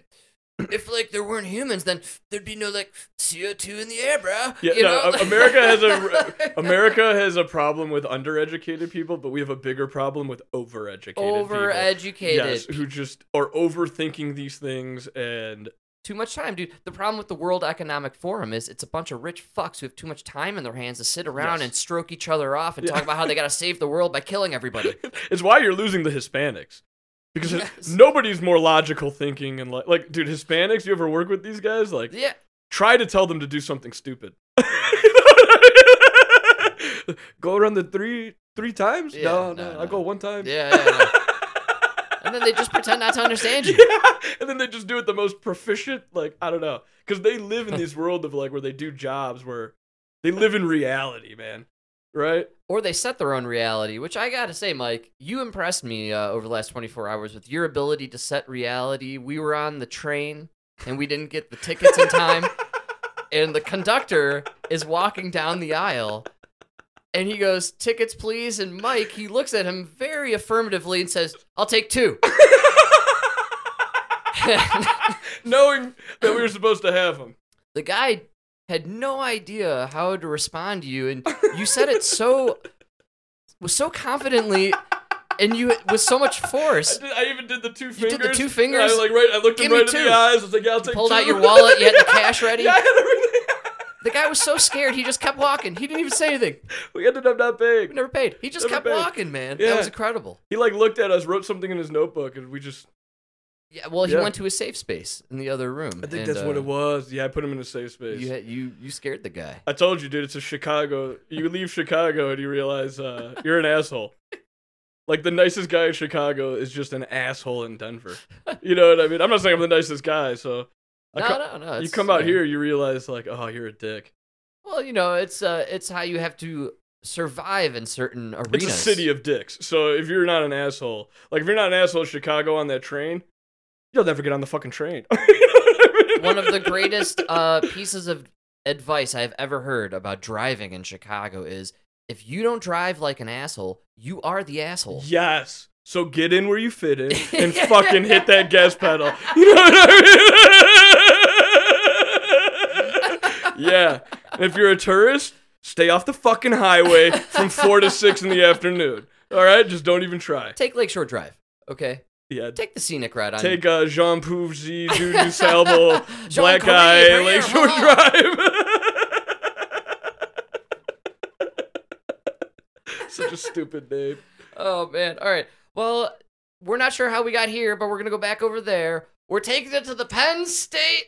Speaker 2: If like there weren't humans, then there'd be no like CO two in the air, bro.
Speaker 1: Yeah,
Speaker 2: you
Speaker 1: no,
Speaker 2: know?
Speaker 1: A- America has a America has a problem with undereducated people, but we have a bigger problem with overeducated people.
Speaker 2: overeducated.
Speaker 1: Yes, who just are overthinking these things and
Speaker 2: Too much time, dude. The problem with the World Economic Forum is it's a bunch of rich fucks who have too much time in their hands to sit around
Speaker 1: Yes.
Speaker 2: and stroke each other off and
Speaker 1: Yeah.
Speaker 2: talk about how they gotta save the world by killing everybody.
Speaker 1: it's why you're losing the Hispanics. Because it-
Speaker 2: Yes.
Speaker 1: nobody's more logical thinking and like like dude, Hispanics, you ever work with these guys? Like
Speaker 2: Yeah,
Speaker 1: try to tell them to do something stupid. You know what I mean? go around the three three times?
Speaker 2: Yeah, no,
Speaker 1: no, no,
Speaker 2: no.
Speaker 1: I go one time.
Speaker 2: yeah, yeah. yeah. and then they just pretend not to understand you.
Speaker 1: Yeah, and then they just do it the most proficient. Like I don't know, because they live in this world of like where they do jobs where they live in reality, man. Right?
Speaker 2: or they set their own reality, which I gotta say, Mike, you impressed me uh, over the last 24 hours with your ability to set reality. We were on the train and we didn't get the tickets in time, and the conductor is walking down the aisle. And he goes, tickets, please. And Mike, he looks at him very affirmatively and says, I'll take two. And
Speaker 1: Knowing that we were supposed to have them.
Speaker 2: the guy had no idea how to respond to you. And you said it so, was so confidently, and you with so much
Speaker 1: I,
Speaker 2: force.
Speaker 1: did, I even did the two
Speaker 2: did the
Speaker 1: fingers.
Speaker 2: two
Speaker 1: and
Speaker 2: fingers?
Speaker 1: I like right. I looked
Speaker 2: Give
Speaker 1: him
Speaker 2: me
Speaker 1: right in
Speaker 2: two.
Speaker 1: the eyes. I was like, "Yeah, I'll take."
Speaker 2: pulled out
Speaker 1: two.
Speaker 2: your wallet, you had the cash ready?
Speaker 1: Yeah, I had everything.
Speaker 2: The guy was so scared, he just kept walking. He didn't even say anything.
Speaker 1: We ended up not
Speaker 2: We
Speaker 1: paying.
Speaker 2: never paid. He just
Speaker 1: Never
Speaker 2: kept
Speaker 1: paid.
Speaker 2: walking, man. That
Speaker 1: Yeah.
Speaker 2: was incredible.
Speaker 1: He like looked at us, wrote something in his notebook, and we just
Speaker 2: Yeah, well, he
Speaker 1: Yeah.
Speaker 2: went to a safe space in the other room.
Speaker 1: I think
Speaker 2: and,
Speaker 1: that's what
Speaker 2: uh,
Speaker 1: it was. Yeah, I put him in a safe space.
Speaker 2: You, had, you you scared the guy.
Speaker 1: I told you, dude, it's a Chicago. You leave Chicago and you realize uh, you're an asshole. Like the nicest guy in Chicago is just an asshole in Denver. You know what I mean? I'm not saying I'm the nicest guy, so I
Speaker 2: No,
Speaker 1: co-
Speaker 2: no, no.
Speaker 1: you
Speaker 2: it's-
Speaker 1: come out
Speaker 2: yeah.
Speaker 1: here, you realize like, oh, you're a dick.
Speaker 2: Well, you know, it's uh, it's how you have to survive in certain arenas.
Speaker 1: It's a city of dicks. So if you're not an asshole, like if you're not an asshole in Chicago on that train, you'll never get on the fucking train. You know what I mean?
Speaker 2: One of the greatest uh, pieces of advice I've ever heard about driving in Chicago is if you don't drive like an asshole, you are the asshole.
Speaker 1: Yes. So get in where you fit in and fucking hit that gas pedal. You know what I mean? yeah. And if you're a tourist, stay off the fucking highway from four to six in the afternoon. All right, just don't even try.
Speaker 2: Take Lakeshore Drive, okay?
Speaker 1: Yeah.
Speaker 2: Take the scenic route on
Speaker 1: Take uh, Jean Pouvzy, Jude Dusalbo,
Speaker 2: Jean
Speaker 1: Black
Speaker 2: Cartier,
Speaker 1: Guy,
Speaker 2: bring it
Speaker 1: Lakeshore
Speaker 2: home.
Speaker 1: Drive. Such a stupid name.
Speaker 2: Oh man. All right. Well, we're not sure how we got here, but we're gonna go back over there. We're taking it to the Penn State.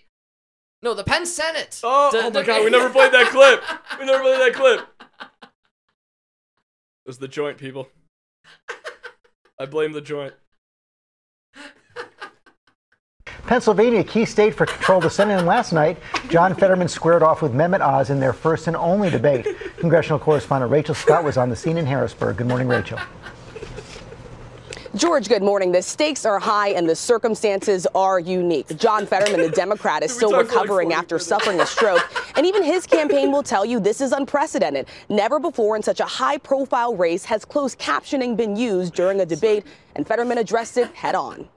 Speaker 2: No, the Penn Senate.
Speaker 1: Oh,
Speaker 2: The-
Speaker 1: oh my
Speaker 2: the-
Speaker 1: god, we never played that clip. We never played that clip. It was the joint, people. I blame the joint.
Speaker 3: Pennsylvania, key state for control of the Senate, and last night, John Fetterman squared off with Mehmet Oz in their first and only debate. Congressional correspondent Rachel Scott was on the scene in Harrisburg. Good morning, Rachel.
Speaker 4: George, good morning. The stakes are high and the circumstances are unique. John Fetterman, the Democrat, is
Speaker 1: We
Speaker 4: still
Speaker 1: talked for like
Speaker 4: recovering
Speaker 1: 40
Speaker 4: after
Speaker 1: minutes.
Speaker 4: suffering a stroke. And even his campaign will tell you this is unprecedented. Never before in such a high profile race has closed captioning been used during a debate, and Fetterman addressed it head on.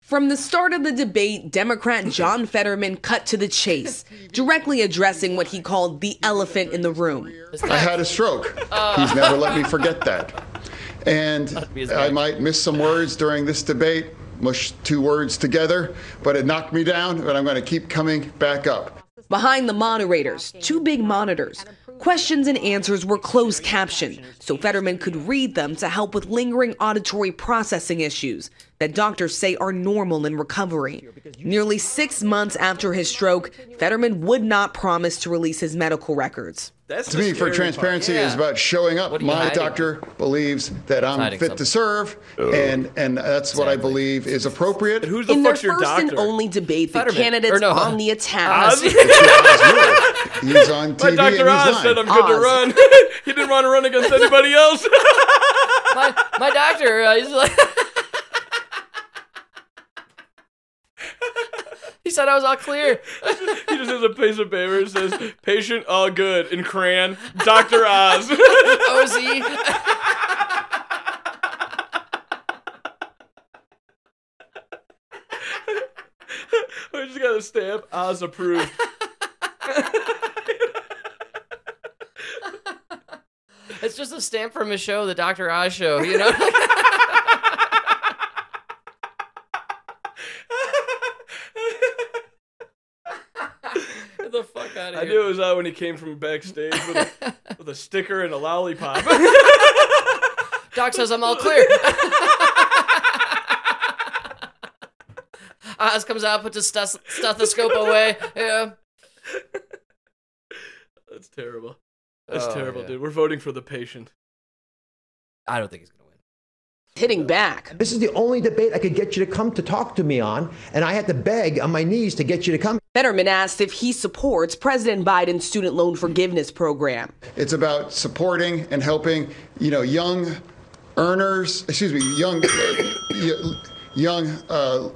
Speaker 5: From the start of the debate, Democrat John Fetterman cut to the chase, directly addressing what he called the elephant in the room.
Speaker 6: I had a stroke. He's never let me forget that. And
Speaker 2: be his
Speaker 6: I
Speaker 2: bad.
Speaker 6: might miss some words during this debate, mush two words together, but it knocked me down, and I'm going to keep coming back up.
Speaker 5: Behind the moderators, two big monitors, questions and answers were closed captioned so Fetterman could read them to help with lingering auditory processing issues that doctors say are normal in recovery. Nearly six months after his stroke, Fetterman would not promise to release his medical records.
Speaker 1: That's
Speaker 6: to
Speaker 1: the
Speaker 6: me, for
Speaker 1: scary
Speaker 6: transparency,
Speaker 2: Yeah.
Speaker 6: is about showing up.
Speaker 2: What are you
Speaker 6: My
Speaker 2: hiding?
Speaker 6: doctor believes that I'm
Speaker 2: Hiding
Speaker 6: fit to
Speaker 2: something.
Speaker 6: serve, and and that's what I believe is appropriate.
Speaker 1: Part. Who the
Speaker 5: in their
Speaker 1: fuck's your
Speaker 5: first
Speaker 1: doctor?
Speaker 5: and only debate, the
Speaker 2: Fetterman.
Speaker 5: candidates
Speaker 2: Or no,
Speaker 5: on
Speaker 2: Oz.
Speaker 5: the attack.
Speaker 1: Oz?
Speaker 6: he's on TV
Speaker 1: My
Speaker 6: and he's
Speaker 1: Dr. Oz said I'm
Speaker 6: lying.
Speaker 1: good to
Speaker 5: Oz.
Speaker 1: run. he didn't want to run against anybody else.
Speaker 2: my, my doctor uh, he's like he said i was all clear
Speaker 1: he just has a piece of paper that says, patient all good in crayon, Dr. Oz.
Speaker 2: oz
Speaker 1: I just got a stamp, Oz approved.
Speaker 2: it's just a stamp from his show the dr oz show you know Get the fuck out of
Speaker 1: I
Speaker 2: here
Speaker 1: knew it was out when he came from backstage with a, with a sticker and a lollipop.
Speaker 2: Doc says I'm all clear. Oz comes out, puts his stes- stethoscope away. Yeah.
Speaker 1: That's terrible. That's
Speaker 2: Oh,
Speaker 1: terrible,
Speaker 2: yeah.
Speaker 1: dude. We're voting for the patient.
Speaker 2: I don't think he's gonna win.
Speaker 4: Hitting back.
Speaker 7: This is the only debate I could get you to come to talk to me on, and I had to beg on my knees to get you to come.
Speaker 5: Fetterman asked if he supports President Biden's student loan forgiveness program.
Speaker 6: It's about supporting and helping, you know, young earners. Excuse me, young, y- young, uh,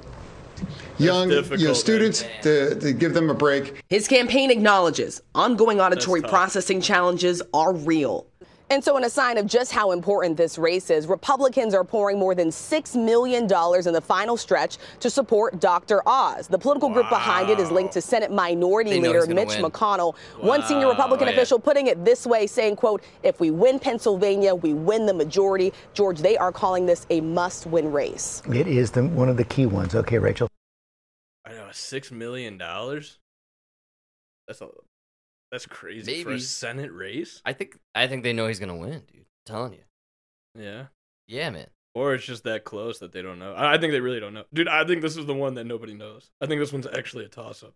Speaker 6: young, you know,
Speaker 1: difficult,
Speaker 6: students to, to give them a break.
Speaker 5: His campaign acknowledges ongoing auditory
Speaker 1: tough.
Speaker 5: processing challenges are real.
Speaker 4: And so, in a sign of just how important this race is, Republicans are pouring more than $6 million in the final stretch to support Dr. Oz. The political group behind it is linked to Senate Minority
Speaker 2: They know
Speaker 4: Leader
Speaker 2: he's gonna
Speaker 4: Mitch
Speaker 2: win.
Speaker 4: McConnell. One senior Republican
Speaker 2: Yeah.
Speaker 4: official putting it this way, saying, quote, if we win Pennsylvania, we win the majority. George, they are calling this a must-win race.
Speaker 3: It is the, one of the key ones. Okay, Rachel.
Speaker 1: I know, six million dollars. That's a, that's crazy for a
Speaker 2: Maybe.
Speaker 1: Senate race.
Speaker 2: I think I think they know he's gonna win, dude. I'm telling you.
Speaker 1: Yeah,
Speaker 2: Yeah, man.
Speaker 1: or it's just that close that they don't know. I I think they really don't know, dude. I think this is the one that nobody knows. I think this one's actually a toss-up.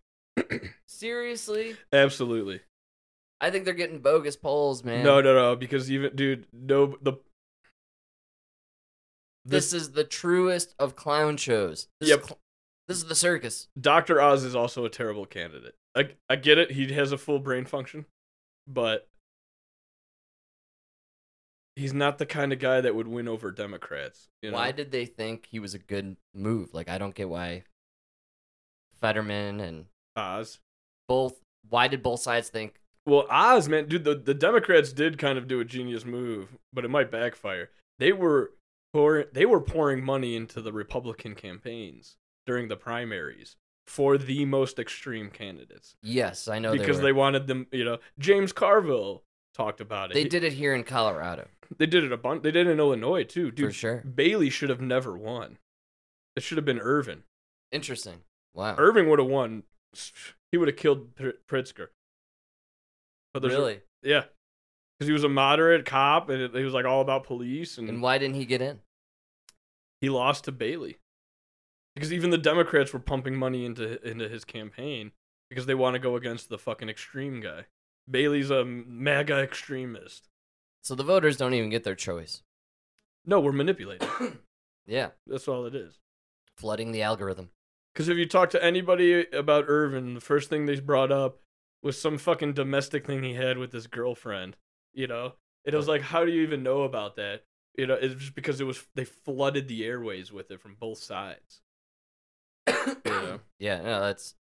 Speaker 2: Seriously,
Speaker 1: Absolutely.
Speaker 2: I think they're getting bogus polls, man.
Speaker 1: No, no, no. Because even dude, no, the
Speaker 2: this, is the truest of clown shows. This
Speaker 1: Yep.
Speaker 2: Is cl- this is the circus.
Speaker 1: Doctor Oz is also a terrible candidate. I I get it. He has a full brain function, but he's not the kind of guy that would win over Democrats. You know?
Speaker 2: Why did they think he was a good move? Like I don't get why Fetterman and
Speaker 1: Oz?
Speaker 2: both. Why did both sides think?
Speaker 1: Well, Oz, man, dude, the, the Democrats did kind of do a genius move, but it might backfire. They were pouring, they were pouring money into the Republican campaigns during the primaries for the most extreme candidates
Speaker 2: Yes, I know
Speaker 1: because
Speaker 2: they,
Speaker 1: they,
Speaker 2: were.
Speaker 1: wanted them. You know, James Carville talked about it.
Speaker 2: They
Speaker 1: He-
Speaker 2: did it here in Colorado.
Speaker 1: They did it a bunch. They did it in Illinois too, dude.
Speaker 2: sure.
Speaker 1: Bailey should have never won. It should have been Irvin.
Speaker 2: Interesting. Wow.
Speaker 1: Irving would have won. He would have killed Pr- Pritzker. But there's a-
Speaker 2: really?
Speaker 1: yeah, because he was a moderate cop, and it, he was like all about police, and,
Speaker 2: And why didn't he get in?
Speaker 1: he lost to Bailey. Because even the Democrats were pumping money into into his campaign because they want to go against the fucking extreme guy. Bailey's a MAGA extremist.
Speaker 2: So the voters don't even get their choice.
Speaker 1: No, we're manipulated.
Speaker 2: Yeah,
Speaker 1: That's all it is.
Speaker 2: flooding the algorithm.
Speaker 1: Because if you talk to anybody about Irvin, the first thing they brought up was some fucking domestic thing he had with his girlfriend. You know, and it was like, how do you even know about that? You know, it's just because it was they flooded the airways with it from both sides. you know?
Speaker 2: Yeah, no, that's.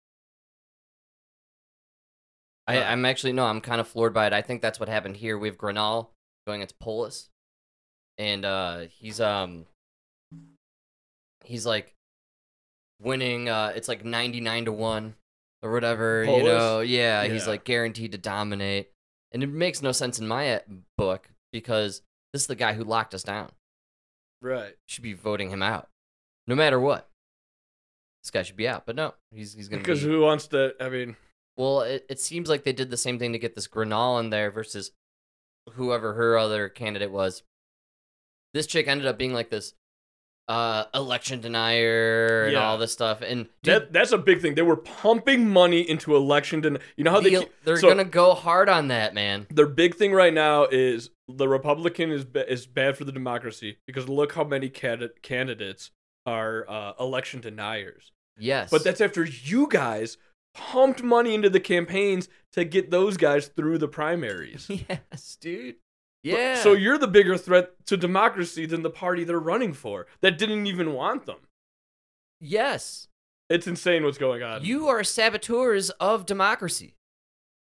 Speaker 2: I, I'm actually no, I'm kind of floored by it. I think that's what happened here. We have Granal going into Polis, and uh, he's um, he's like winning. Uh, it's like ninety nine to one or whatever.
Speaker 1: Polis?
Speaker 2: You know, yeah, he's
Speaker 1: Yeah.
Speaker 2: like guaranteed to dominate, and it makes no sense in my uh, book because this is the guy who locked us down.
Speaker 1: Right.
Speaker 2: Should be voting him out, no matter what. This guy should be out, but no, he's he's gonna
Speaker 1: Because
Speaker 2: be-
Speaker 1: who wants to? I mean,
Speaker 2: well, it, it seems like they did the same thing to get this Granal in there versus whoever her other candidate was. This chick ended up being like this uh election denier and
Speaker 1: Yeah.
Speaker 2: all this stuff. And dude,
Speaker 1: that that's a big thing. They were pumping money into election. Den- you know how they
Speaker 2: the-
Speaker 1: keep-
Speaker 2: they're
Speaker 1: so-
Speaker 2: gonna go hard on that, man.
Speaker 1: their big thing right now is the Republican is ba- is bad for the democracy because look how many candi- candidates are uh, election deniers.
Speaker 2: Yes.
Speaker 1: But that's after you guys pumped money into the campaigns to get those guys through the primaries.
Speaker 2: yes, dude.
Speaker 1: But-
Speaker 2: Yeah.
Speaker 1: So you're the bigger threat to democracy than the party they're running for that didn't even want them.
Speaker 2: yes.
Speaker 1: It's insane what's going on.
Speaker 2: You are saboteurs of democracy.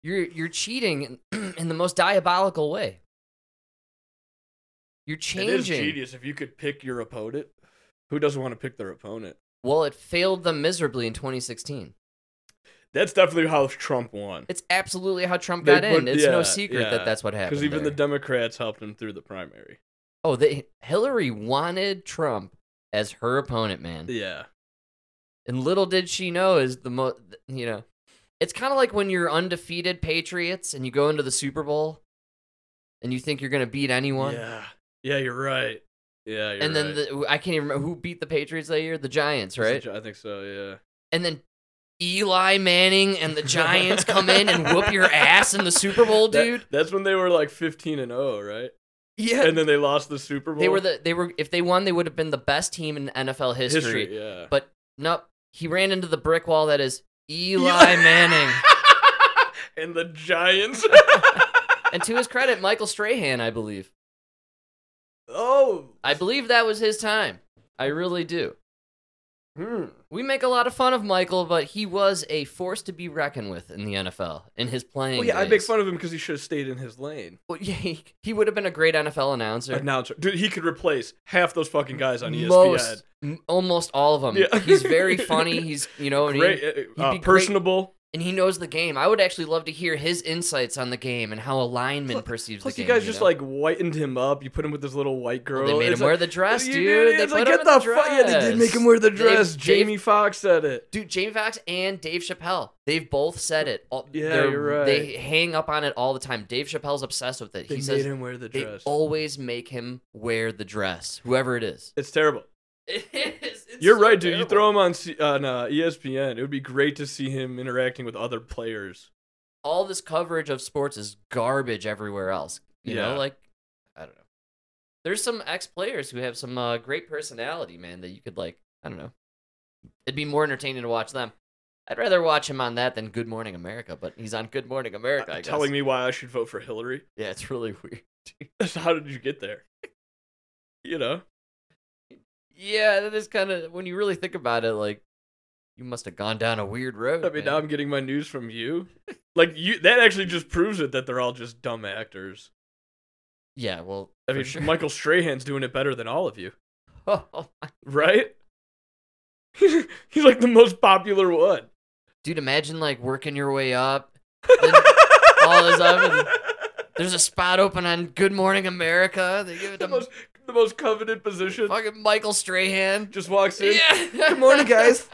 Speaker 2: You're you're cheating in, in the most diabolical way. You're
Speaker 1: it is
Speaker 2: changing.
Speaker 1: genius if you could pick your opponent. Who doesn't want to pick their opponent?
Speaker 2: Well, it failed them miserably in 2016.
Speaker 1: That's definitely how Trump won.
Speaker 2: It's absolutely how Trump
Speaker 1: They
Speaker 2: got in.
Speaker 1: put-
Speaker 2: It's
Speaker 1: yeah,
Speaker 2: no secret
Speaker 1: yeah.
Speaker 2: that that's what happened.
Speaker 1: Because even the
Speaker 2: there.
Speaker 1: Democrats helped him through the primary.
Speaker 2: oh, they, Hillary wanted Trump as her opponent, man.
Speaker 1: Yeah.
Speaker 2: And little did she know is the mo you know, it's kind of like when you're undefeated Patriots and you go into the Super Bowl, and you think you're gonna beat anyone,
Speaker 1: Yeah. Yeah, you're right. Yeah, you're
Speaker 2: and then
Speaker 1: right.
Speaker 2: the, I can't even remember who beat the Patriots that year. The Giants, right?
Speaker 1: I think so, yeah.
Speaker 2: and then Eli Manning and the Giants come in and whoop your ass in the Super Bowl,
Speaker 1: That-
Speaker 2: dude.
Speaker 1: that's when they were like 15 and 0, right?
Speaker 2: Yeah,
Speaker 1: And then they lost the Super Bowl.
Speaker 2: They were the they were if they won they would have been the best team in NFL history.
Speaker 1: history. Yeah.
Speaker 2: But nope, he ran into the brick wall that is Eli Manning.
Speaker 1: and the Giants.
Speaker 2: And to his credit, Michael Strahan, I believe.
Speaker 1: oh.
Speaker 2: I believe that was his time. I really do.
Speaker 1: Hmm.
Speaker 2: We make a lot of fun of Michael, but he was a force to be reckoned with in the NFL in his playing.
Speaker 1: Well, yeah, I
Speaker 2: days.
Speaker 1: make fun of him because he should have stayed in his lane.
Speaker 2: Well, yeah, he, he would have been a great NFL announcer.
Speaker 1: Announcer. Dude, he could replace half those fucking guys on E ESPN.
Speaker 2: Most, m- almost all of them.
Speaker 1: Yeah.
Speaker 2: He's very funny. He's you know, and he-
Speaker 1: Great,
Speaker 2: Oh, he'd
Speaker 1: uh,
Speaker 2: be great-
Speaker 1: personable.
Speaker 2: and he knows the game. I would actually love to hear his insights on the game and how a lineman
Speaker 1: Plus-
Speaker 2: perceives
Speaker 1: Plus,
Speaker 2: the
Speaker 1: you
Speaker 2: game.
Speaker 1: guys just
Speaker 2: know?
Speaker 1: like whitened him up. You put him with this little white girl.
Speaker 2: Well, they made
Speaker 1: It's
Speaker 2: him wear
Speaker 1: like-
Speaker 2: the dress,
Speaker 1: You
Speaker 2: dude. They
Speaker 1: it's
Speaker 2: put
Speaker 1: like,
Speaker 2: him
Speaker 1: get
Speaker 2: in the
Speaker 1: the fuck. Yeah, they did make him wear the
Speaker 2: dress.
Speaker 1: dress.
Speaker 2: They've-
Speaker 1: Jamie Foxx said it.
Speaker 2: dude, Jamie Foxx and Dave Chappelle. They've both said it. All,
Speaker 1: Yeah,
Speaker 2: they're-
Speaker 1: you're right.
Speaker 2: They hang up on it all the time. Dave Chappelle's obsessed with it. he
Speaker 1: They made
Speaker 2: says
Speaker 1: him wear the
Speaker 2: they
Speaker 1: dress.
Speaker 2: always make him wear the dress, whoever it is.
Speaker 1: It's terrible.
Speaker 2: It is. It's
Speaker 1: You're
Speaker 2: so
Speaker 1: right, dude. You
Speaker 2: terrible.
Speaker 1: throw him on C- on uh, ESPN. It would be great to see him interacting with other players.
Speaker 2: all this coverage of sports is garbage everywhere else. You
Speaker 1: Yeah.
Speaker 2: know, like I don't know. There's some ex players who have some uh, great personality, man. That you could like, I don't know. It'd be more entertaining to watch them. I'd rather watch him on that than Good Morning America, but he's on Good Morning America. I guess.
Speaker 1: uh, telling me why I should vote for Hillary.
Speaker 2: yeah, it's really weird.
Speaker 1: How did you get there? You know,
Speaker 2: Yeah, that is kind of when you really think about it, like you must have gone down a weird road.
Speaker 1: I
Speaker 2: man.
Speaker 1: mean, now I'm getting my news from you. Like you, that actually just proves it that they're all just dumb actors.
Speaker 2: yeah, well,
Speaker 1: I
Speaker 2: for
Speaker 1: mean,
Speaker 2: sure.
Speaker 1: Michael Strahan's doing it better than all of you,
Speaker 2: oh,
Speaker 1: right? He's like the most popular one.
Speaker 2: dude, imagine like working your way up, then all this up, and There's a spot open on Good Morning America. They give it
Speaker 1: the
Speaker 2: to
Speaker 1: most the most coveted position.
Speaker 2: fucking Michael Strahan.
Speaker 1: Just walks in.
Speaker 2: Yeah.
Speaker 1: Good morning, guys.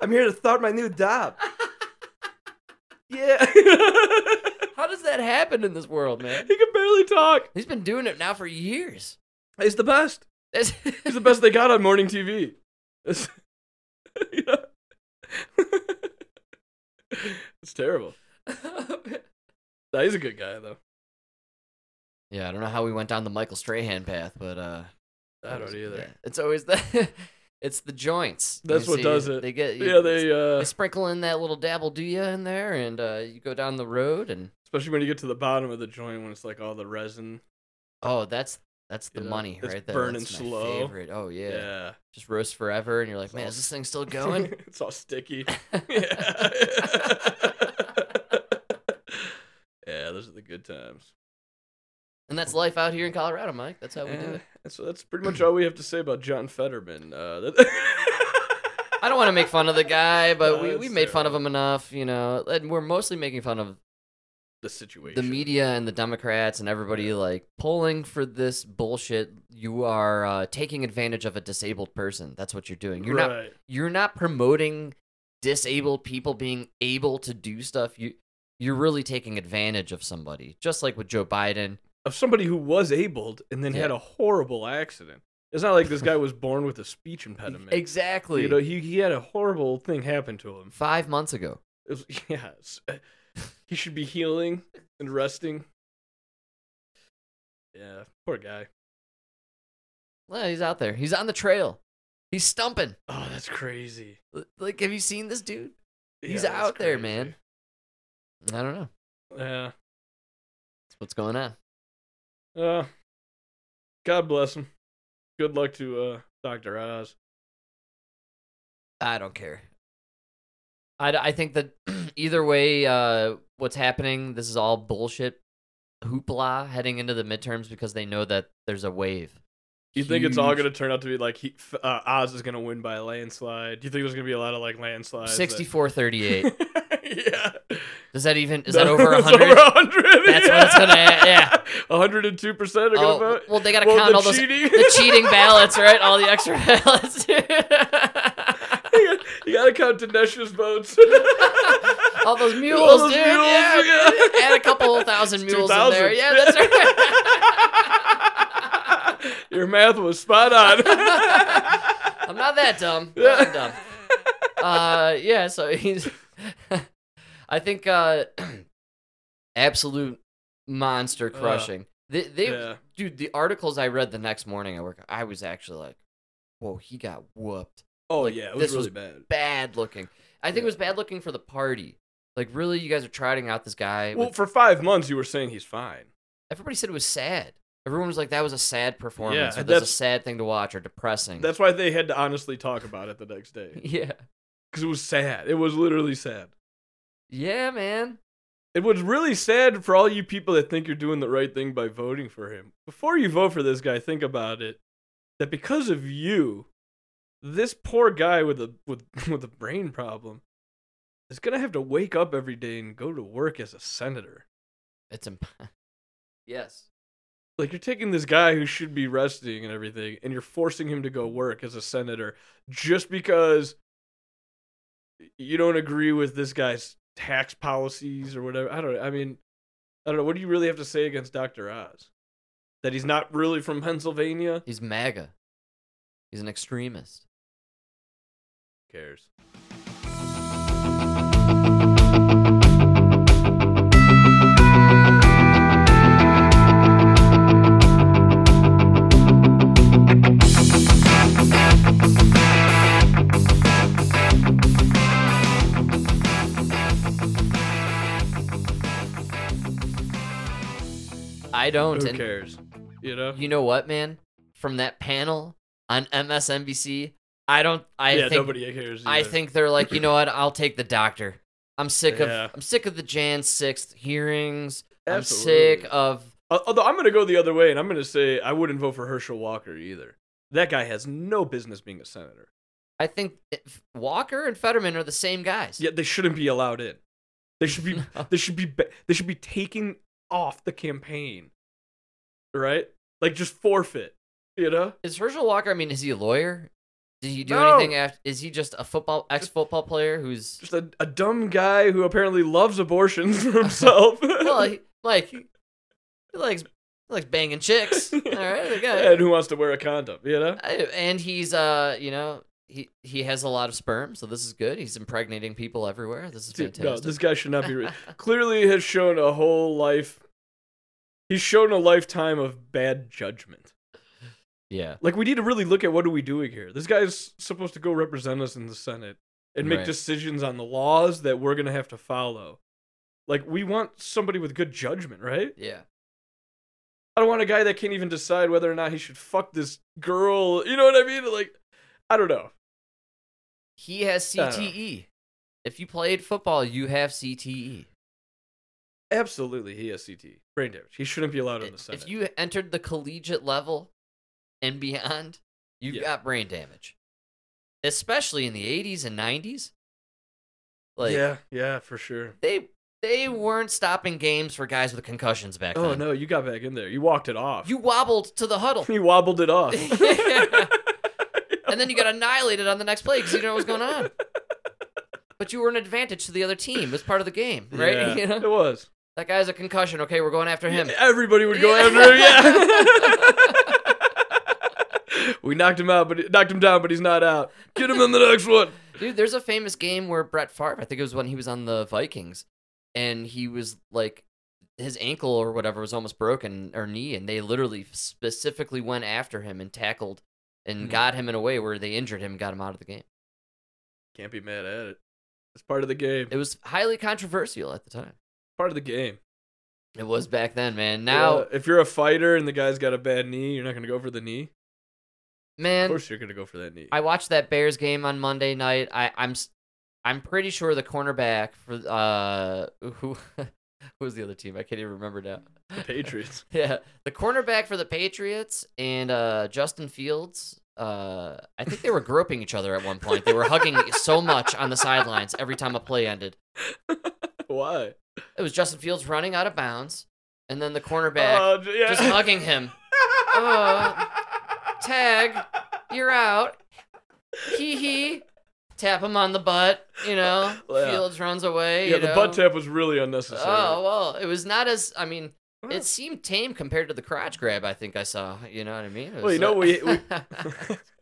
Speaker 1: I'm here to start my new job. Yeah. he
Speaker 2: How does that happen in this world, man?
Speaker 1: can barely talk.
Speaker 2: He's been doing it now for years.
Speaker 1: He's the best.
Speaker 2: That's-
Speaker 1: He's the best they got on morning TV. It's, Yeah. It's terrible. Nah, he's a good guy though.
Speaker 2: yeah, I don't know how we went down the Michael Strahan path, but uh
Speaker 1: I don't either.
Speaker 2: yeah, it's always that. It's the joints. you
Speaker 1: That's what
Speaker 2: see.
Speaker 1: does it.
Speaker 2: They get
Speaker 1: yeah, they uh,
Speaker 2: they sprinkle in that little dabble do you in there, and uh, you go down the road, and
Speaker 1: especially when you get to the bottom of the joint when it's like all the resin.
Speaker 2: oh, that's that's the
Speaker 1: Yeah,
Speaker 2: money
Speaker 1: it's
Speaker 2: right there.
Speaker 1: burning
Speaker 2: That's my
Speaker 1: slow.
Speaker 2: Favorite. Oh yeah.
Speaker 1: Yeah,
Speaker 2: just roast forever, and you're like,
Speaker 1: It's
Speaker 2: man,
Speaker 1: all
Speaker 2: is this thing still going?
Speaker 1: it's all sticky. yeah. yeah, those are the good times.
Speaker 2: and that's life out here in Colorado, Mike. That's how we do
Speaker 1: Yeah,
Speaker 2: it.
Speaker 1: and so Eh, that's pretty much all we have to say about John Fetterman. Uh, that-
Speaker 2: I don't want to make fun of the guy, but
Speaker 1: No,
Speaker 2: we,
Speaker 1: that's
Speaker 2: we made fun of
Speaker 1: terrible.
Speaker 2: him enough, you know. And we're mostly making fun of
Speaker 1: the situation.
Speaker 2: the media and the Democrats and everybody like polling for this bullshit. You are uh, taking advantage of a disabled person. That's what you're doing. You're not
Speaker 1: Right.
Speaker 2: you're not promoting disabled people being able to do stuff. You you're really taking advantage of somebody. Just like with Joe Biden.
Speaker 1: of somebody who was abled and then had
Speaker 2: Yeah.
Speaker 1: a horrible accident. It's not like this guy was born with a speech impediment.
Speaker 2: E, Exactly.
Speaker 1: You know, he, he had a horrible thing happen to him.
Speaker 2: Five months ago.
Speaker 1: It was, yeah, it's- he should be healing and resting. Yeah, poor guy.
Speaker 2: Well, he's out there. He's on the trail. He's stumping.
Speaker 1: Oh, that's crazy.
Speaker 2: Like, have you seen this dude? He's
Speaker 1: Yeah, that's
Speaker 2: out there,
Speaker 1: crazy.
Speaker 2: man. I don't know.
Speaker 1: Yeah.
Speaker 2: That's what's going on.
Speaker 1: Uh, God bless him. Good luck to uh, Dr. Oz.
Speaker 2: I don't care. I, I think that either way, uh, what's happening, this is all bullshit hoopla heading into the midterms because they know that there's a wave.
Speaker 1: You think it's all
Speaker 2: Huge-
Speaker 1: going to turn out to be like he, f- uh, Oz is going to win by a landslide? Do you think there's going to be a lot of like landslides? that-
Speaker 2: 64 38.
Speaker 1: yeah.
Speaker 2: Does that even, is
Speaker 1: No,
Speaker 2: that over
Speaker 1: it's
Speaker 2: 100?
Speaker 1: Over 100.
Speaker 2: That's what it's gonna- yeah.
Speaker 1: 102 percent are gonna
Speaker 2: Oh,
Speaker 1: vote.
Speaker 2: well, they got to
Speaker 1: Well,
Speaker 2: count
Speaker 1: the
Speaker 2: all those,
Speaker 1: cheating.
Speaker 2: the cheating ballots, right? All the extra ballots.
Speaker 1: you gotta count Dinesh's votes.
Speaker 2: all those mules,
Speaker 1: those
Speaker 2: dude.
Speaker 1: mules,
Speaker 2: yeah.
Speaker 1: yeah.
Speaker 2: Add a couple thousand
Speaker 1: It's
Speaker 2: mules in there.
Speaker 1: 2,000.
Speaker 2: Yeah, that's right.
Speaker 1: Your math was spot on.
Speaker 2: I'm not that dumb. Not that dumb. Uh, yeah. So he's. I think uh, absolute monster crushing. they, they
Speaker 1: Uh, yeah.
Speaker 2: dude. The articles I read the next morning at work, I was actually like, "Whoa, he got whooped.
Speaker 1: oh
Speaker 2: Like,
Speaker 1: yeah, it was
Speaker 2: this
Speaker 1: really
Speaker 2: was-
Speaker 1: bad.
Speaker 2: Bad looking." I think it was bad looking for the party. Like, really, you guys are trotting out this guy.
Speaker 1: Well,
Speaker 2: with-
Speaker 1: for five months you were saying he's fine.
Speaker 2: everybody said it was sad. Everyone was like, "That was a sad performance.
Speaker 1: Yeah,
Speaker 2: or that's a
Speaker 1: that's-
Speaker 2: sad thing to watch, or depressing."
Speaker 1: That's why they had to honestly talk about it the next day
Speaker 2: yeah,
Speaker 1: because it was sad. It was literally sad.
Speaker 2: yeah, man.
Speaker 1: It was really sad for all you people that think you're doing the right thing by voting for him. Before you vote for this guy, think about it. That because of you, this poor guy with a with with a brain problem is gonna have to wake up every day and go to work as a senator.
Speaker 2: It's imp- yes.
Speaker 1: Like you're taking this guy who should be resting and everything, and you're forcing him to go work as a senator just because you don't agree with this guy's tax policies or whatever. I don't. I mean, I don't know. What do you really have to say against Doctor Oz? That he's not really from Pennsylvania.
Speaker 2: He's MAGA. He's an extremist.
Speaker 1: Who cares?
Speaker 2: I don't.
Speaker 1: Who
Speaker 2: and
Speaker 1: cares? You know.
Speaker 2: You know what, man? From that panel on MSNBC, I don't. I
Speaker 1: yeah.
Speaker 2: think.
Speaker 1: nobody cares.
Speaker 2: I
Speaker 1: either.
Speaker 2: think they're like, you know what? I'll take the doctor. I'm sick
Speaker 1: Yeah.
Speaker 2: of. I'm sick of the Jan sixth hearings. I'm
Speaker 1: Absolutely.
Speaker 2: sick of.
Speaker 1: Al- Although I'm gonna go the other way, and I'm gonna say I wouldn't vote for Herschel Walker either. That guy has no business being a senator.
Speaker 2: I think if Walker and Fetterman are the same guys.
Speaker 1: Yet they shouldn't be allowed in. They should be. They should be. ba- They should be taken off the campaign. Right? Like just forfeit. You know?
Speaker 2: Is Herschel Walker? I mean, is he a lawyer? Did he do
Speaker 1: No.
Speaker 2: anything? After, is he just a football ex football player who's?
Speaker 1: Just a, a dumb guy who apparently loves abortions for himself.
Speaker 2: Well, he, like he likes he likes banging chicks. All right, the guy.
Speaker 1: and who wants to wear a condom? You know?
Speaker 2: I- and he's uh you know he he has a lot of sperm so this is good he's impregnating people everywhere this is
Speaker 1: Dude,
Speaker 2: fantastic
Speaker 1: no, this guy should not be. Re- Clearly, has shown a whole life. He's shown a lifetime of bad judgment.
Speaker 2: Yeah.
Speaker 1: Like we need to really look at what are we doing here. This guy's supposed to go represent us in the Senate and make
Speaker 2: Right.
Speaker 1: decisions on the laws that we're gonna have to follow. Like we want somebody with good judgment, right?
Speaker 2: Yeah.
Speaker 1: I don't want a guy that can't even decide whether or not he should fuck this girl. You know what I mean? Like, I don't know.
Speaker 2: He has
Speaker 1: I don't know.
Speaker 2: CTE. If you played football, you have E. CTE.
Speaker 1: Absolutely, he has CT brain damage. He shouldn't be allowed in the Senate.
Speaker 2: If you entered the collegiate level and beyond, you've
Speaker 1: Yeah.
Speaker 2: got brain damage. Especially in the 80s and 90s. Like
Speaker 1: yeah, yeah, for sure.
Speaker 2: they they weren't stopping games for guys with concussions back
Speaker 1: Oh
Speaker 2: then.
Speaker 1: no, you got back in there. You walked it off.
Speaker 2: You wobbled to the huddle.
Speaker 1: you wobbled it off.
Speaker 2: and then you got annihilated on the next play because you didn't know what was going on. But you were an advantage to the other team. It's part of the game, right?
Speaker 1: Yeah,
Speaker 2: You
Speaker 1: It
Speaker 2: know?
Speaker 1: was.
Speaker 2: That guy's a concussion. Okay, we're going after him.
Speaker 1: Everybody would go
Speaker 2: Yeah.
Speaker 1: after him. Yeah. we knocked him out, but he- knocked him down, but he's not out. Get him in the next one.
Speaker 2: Dude, there's a famous game where Brett Favre, I think it was when he was on the Vikings, and he was like, his ankle or whatever was almost broken or knee, and they literally specifically went after him and tackled and
Speaker 1: Hmm.
Speaker 2: got him in a way where they injured him and got him out of the game.
Speaker 1: Can't be mad at it. It's part of the game.
Speaker 2: It was highly controversial at the time.
Speaker 1: Part of the game.
Speaker 2: It was back then, man. Now,
Speaker 1: Yeah, if you're a fighter and the guy's got a bad knee, you're not gonna go for the knee. Of
Speaker 2: man,
Speaker 1: course, you're gonna go for that knee.
Speaker 2: I watched that Bears game on Monday night. I, I'm s- I'm pretty sure the cornerback for uh who who was the other team? I can't even remember now.
Speaker 1: the Patriots.
Speaker 2: yeah, the cornerback for the Patriots and uh, Justin Fields. Uh, I think they were groping each other at one point. They were hugging so much on the sidelines every time a play ended.
Speaker 1: Why?
Speaker 2: It was Justin Fields running out of bounds, and then the cornerback
Speaker 1: Oh, j- yeah.
Speaker 2: just hugging him. Uh, tag, you're out. Hee hee. Tap him on the butt, you know.
Speaker 1: Yeah.
Speaker 2: Fields runs away.
Speaker 1: yeah,
Speaker 2: you
Speaker 1: the
Speaker 2: know.
Speaker 1: butt tap was really unnecessary.
Speaker 2: Oh well, it was not as. I mean,
Speaker 1: Well.
Speaker 2: it seemed tame compared to the crotch grab. I think I saw. You know what I mean? It
Speaker 1: Well,
Speaker 2: was,
Speaker 1: you know,
Speaker 2: uh,
Speaker 1: we, we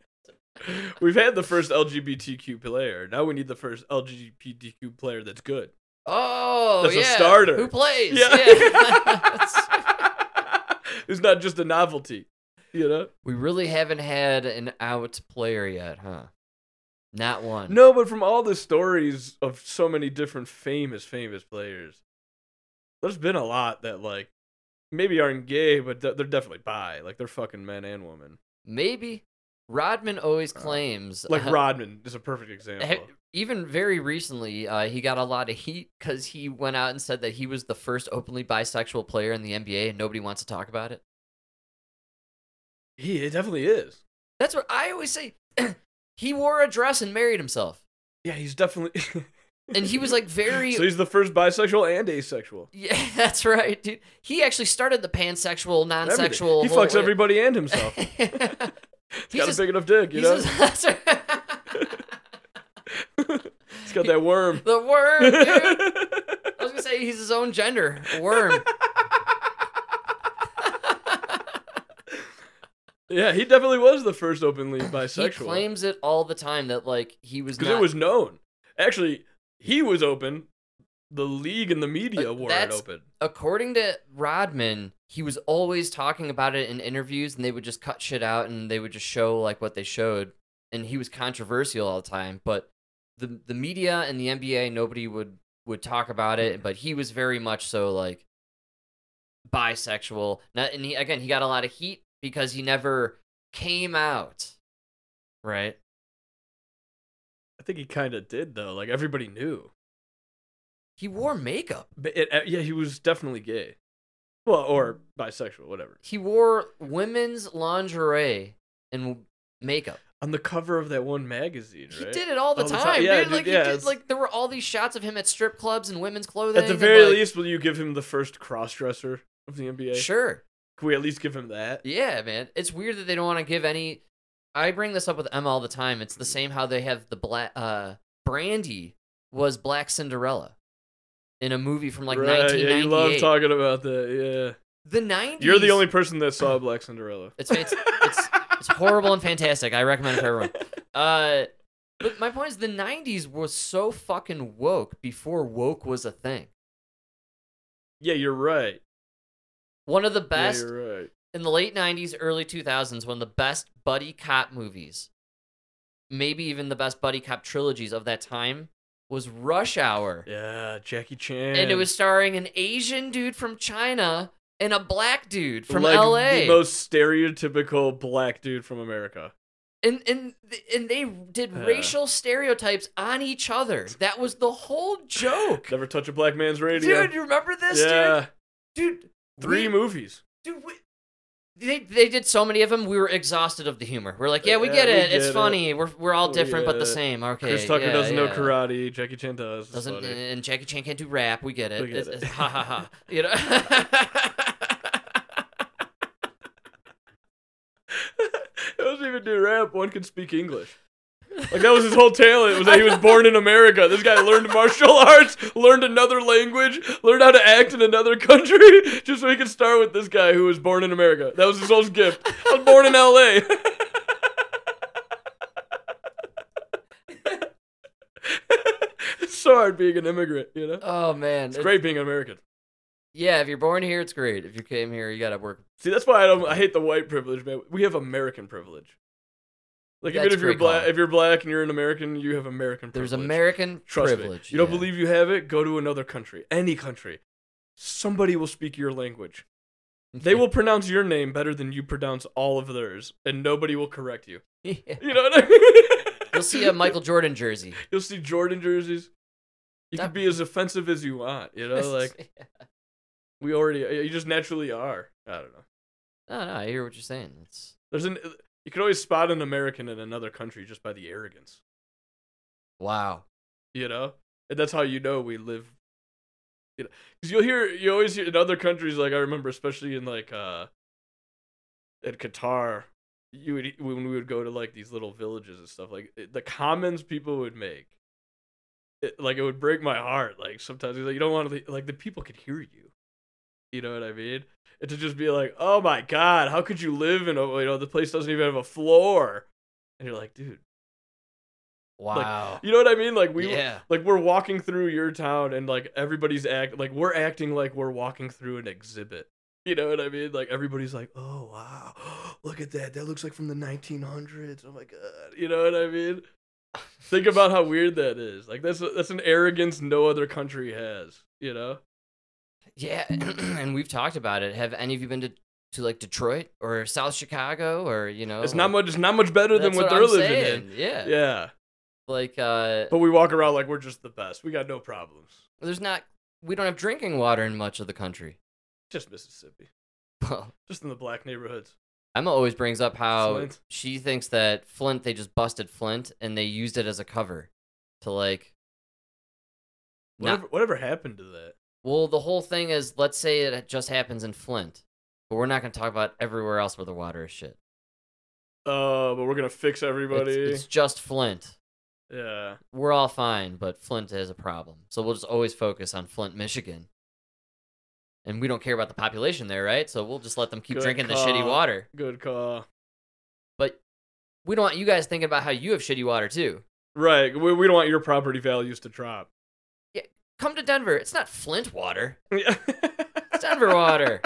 Speaker 1: we've had the first LGBTQ player. Now we need the first LGBTQ player that's good.
Speaker 2: oh,
Speaker 1: That's a
Speaker 2: yeah.
Speaker 1: starter.
Speaker 2: Who plays?
Speaker 1: Yeah.
Speaker 2: Yeah.
Speaker 1: it's not just a novelty, you know.
Speaker 2: we really haven't had an out player yet, huh? Not one.
Speaker 1: No, but from all the stories of so many different famous, famous players, there's been a lot that like maybe aren't gay, but de- they're definitely bi. Like they're fucking men and women.
Speaker 2: Maybe Rodman always claims
Speaker 1: Like
Speaker 2: uh,
Speaker 1: Rodman is a perfect example.
Speaker 2: He- even very recently, uh, he got a lot of heat because he went out and said that he was the first openly bisexual player in the NBA, and nobody wants to talk about it.
Speaker 1: He it definitely is.
Speaker 2: That's what I always say. he wore a dress and married himself,
Speaker 1: Yeah, he's definitely.
Speaker 2: and he was like very.
Speaker 1: So he's the first bisexual and asexual.
Speaker 2: yeah, that's right, dude. He actually started the pansexual,
Speaker 1: Everything.
Speaker 2: non-sexual.
Speaker 1: He
Speaker 2: whole-
Speaker 1: fucks everybody and himself. He's
Speaker 2: he's
Speaker 1: got
Speaker 2: just-
Speaker 1: a big enough dick, you
Speaker 2: he's
Speaker 1: know.
Speaker 2: just- that's right.
Speaker 1: he's got that worm.
Speaker 2: the worm, dude. I was gonna say he's his own gender, a worm.
Speaker 1: yeah, he definitely was the first openly bisexual.
Speaker 2: He claims it all the time that like he was
Speaker 1: because
Speaker 2: not.
Speaker 1: it was known. Actually, he was open. The league and the media
Speaker 2: Uh,
Speaker 1: were it
Speaker 2: that's-
Speaker 1: open.
Speaker 2: according to Rodman, he was always talking about it in interviews, and they would just cut shit out, and they would just show like what they showed, and he was controversial all the time. But the the media and the NBA, nobody would would talk about it, but he was very much so like bisexual. Now, and he again, he got a lot of heat because he never came out, right?
Speaker 1: I think he kind of did though. Like everybody knew.
Speaker 2: He wore makeup.
Speaker 1: But it, uh, yeah, he was definitely gay. Well, or bisexual, whatever.
Speaker 2: He wore women's lingerie and makeup.
Speaker 1: On the cover of that one magazine,
Speaker 2: He
Speaker 1: right?
Speaker 2: did it all the,
Speaker 1: All the
Speaker 2: time,
Speaker 1: time. Yeah,
Speaker 2: dude.
Speaker 1: dude,
Speaker 2: like,
Speaker 1: yeah,
Speaker 2: he did,
Speaker 1: it's-
Speaker 2: like there were all these shots of him at strip clubs and women's clothing.
Speaker 1: At the
Speaker 2: and,
Speaker 1: very
Speaker 2: like,
Speaker 1: least, will you give him the first crossdresser of the NBA?
Speaker 2: sure,
Speaker 1: Can we at least give him that?
Speaker 2: yeah, man. It's weird that they don't want to give any. I bring this up with Emma all the time. It's the same how they have the black. Uh, Brandy was Black Cinderella in a movie from like
Speaker 1: Right,
Speaker 2: 1998.
Speaker 1: yeah, you love talking about that.
Speaker 2: the
Speaker 1: Yeah,
Speaker 2: 90s.
Speaker 1: you're the only person that saw Black Cinderella.
Speaker 2: It's it's it's, it's horrible and fantastic. I recommend it for everyone. Uh, but my point is, the '90s was so fucking woke before woke was a thing.
Speaker 1: Yeah, you're right.
Speaker 2: One of the
Speaker 1: Yeah,
Speaker 2: best
Speaker 1: you're right.
Speaker 2: in the late 90s, early 2000s, one of the best buddy cop movies, maybe even the best buddy cop trilogies of that time, was Rush Hour.
Speaker 1: Yeah, Jackie Chan.
Speaker 2: And it was starring an Asian dude from China and a black dude from
Speaker 1: like
Speaker 2: LA.
Speaker 1: The most stereotypical black dude from America.
Speaker 2: and and and they did
Speaker 1: Yeah.
Speaker 2: racial stereotypes on each other. That was the whole joke.
Speaker 1: Never touch a black man's radio.
Speaker 2: Dude, you remember this,
Speaker 1: yeah,
Speaker 2: dude? Dude,
Speaker 1: three
Speaker 2: we-
Speaker 1: movies.
Speaker 2: Dude, we, they they did so many of them. We were exhausted of the humor. We're like, yeah, we
Speaker 1: Yeah,
Speaker 2: get
Speaker 1: we
Speaker 2: it.
Speaker 1: get
Speaker 2: it's
Speaker 1: it.
Speaker 2: funny. We're we're all
Speaker 1: We
Speaker 2: different, but
Speaker 1: get
Speaker 2: the
Speaker 1: it.
Speaker 2: same. Okay.
Speaker 1: Chris Tucker
Speaker 2: yeah,
Speaker 1: doesn't know
Speaker 2: yeah.
Speaker 1: karate. Jackie Chan does. It's
Speaker 2: Doesn't
Speaker 1: funny.
Speaker 2: and Jackie Chan can't do rap. We get it.
Speaker 1: We get
Speaker 2: It's-
Speaker 1: it.
Speaker 2: it's- ha ha ha. You know.
Speaker 1: It doesn't even do rap. One can speak English. Like that was his whole talent. Was that he was born in America. This guy learned martial arts, learned another language, learned how to act in another country, just so he could start with this guy who was born in America. That was his whole gift. I was born in L.A. it's so hard being an immigrant, you know.
Speaker 2: oh man,
Speaker 1: It's great being American.
Speaker 2: Yeah, if you're born here, it's great. If you came here, you gotta work.
Speaker 1: See, that's why I don't. I hate the white privilege, man. We have American privilege. Like even
Speaker 2: That's
Speaker 1: if you're
Speaker 2: great call.
Speaker 1: black, if you're black and you're an American, you have American privilege.
Speaker 2: There's American
Speaker 1: Trust me.
Speaker 2: privilege.
Speaker 1: You don't
Speaker 2: yeah.
Speaker 1: believe you have it? Go to another country, any country. Somebody will speak your language. They will pronounce your name better than you pronounce all of theirs, and nobody will correct you.
Speaker 2: Yeah.
Speaker 1: You know what I mean?
Speaker 2: You'll see a Michael Jordan jersey.
Speaker 1: You'll see Jordan jerseys. You
Speaker 2: That-
Speaker 1: can be as offensive as you want. You know, like we already, you just naturally are. I don't know.
Speaker 2: no, no, I hear what you're saying. It's
Speaker 1: There's an you can always spot an American in another country just by the arrogance,
Speaker 2: wow.
Speaker 1: you know, and that's how you know we live. You know, because you'll hear you always hear in other countries like I remember especially in like uh in Qatar, you would when we would go to like these little villages and stuff like it- the comments people would make, it, like it would break my heart. Like sometimes like, you don't want to like the people could hear you, you know what I mean. And to just be like, oh my god, how could you live in a you know the place doesn't even have a floor, and you're like, dude,
Speaker 2: Wow.
Speaker 1: you know what I mean? Like we
Speaker 2: Yeah.
Speaker 1: like we're walking through your town and like everybody's act like we're acting like we're walking through an exhibit. You know what I mean? Like everybody's like, "Oh wow, look at that! That looks like from the 1900s. Oh my god!" You know what I mean? Think about how weird that is. Like that's that's an arrogance no other country has. You know?
Speaker 2: yeah, and we've talked about it. Have any of you been to, to like Detroit or South Chicago or you know?
Speaker 1: It's not
Speaker 2: like-
Speaker 1: much. It's not much better than
Speaker 2: That's
Speaker 1: what,
Speaker 2: what
Speaker 1: they're
Speaker 2: I'm
Speaker 1: living
Speaker 2: saying,
Speaker 1: in.
Speaker 2: yeah.
Speaker 1: Yeah.
Speaker 2: Like, uh,
Speaker 1: But we walk around like we're just the best. We got no problems.
Speaker 2: there's not. We don't have drinking water in much of the country.
Speaker 1: Just Mississippi.
Speaker 2: Well,
Speaker 1: Just in the black neighborhoods.
Speaker 2: Emma always brings up how
Speaker 1: Flint.
Speaker 2: she thinks that Flint, they just busted Flint and they used it as a cover to like. not-
Speaker 1: Whatever, whatever happened to that?
Speaker 2: well, the whole thing is let's say it just happens in Flint, but we're not going to talk about everywhere else where the water is shit.
Speaker 1: Uh, but we're gonna fix everybody.
Speaker 2: It's, it's just Flint.
Speaker 1: yeah,
Speaker 2: We're all fine, but Flint has a problem. So we'll just always focus on Flint, Michigan. And we don't care about the population there, right? So we'll just let them keep
Speaker 1: Good
Speaker 2: drinking the
Speaker 1: call.
Speaker 2: shitty water.
Speaker 1: good call.
Speaker 2: But we don't want you guys thinking about how you have shitty water too.
Speaker 1: Right, we, we don't want your property values to drop.
Speaker 2: Come to Denver. It's not Flint water.
Speaker 1: Yeah.
Speaker 2: It's Denver water.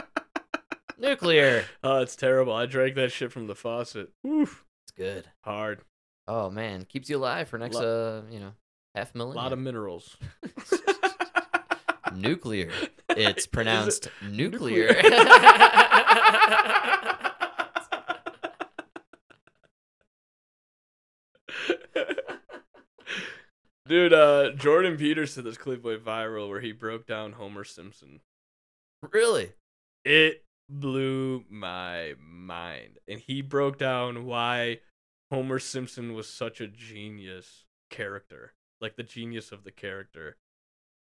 Speaker 2: Nuclear.
Speaker 1: oh, it's terrible. I drank that shit from the faucet. Oof,
Speaker 2: It's good.
Speaker 1: hard.
Speaker 2: Oh man, keeps you alive for next
Speaker 1: Lot-
Speaker 2: uh, you know, half
Speaker 1: A
Speaker 2: million.
Speaker 1: lot of minerals.
Speaker 2: nuclear. It's pronounced nuclear.
Speaker 1: Dude, uh, Jordan Peterson, this clip went viral where he broke down Homer Simpson.
Speaker 2: really?
Speaker 1: it blew my mind and he broke down why homer simpson was such a genius character like the genius of the character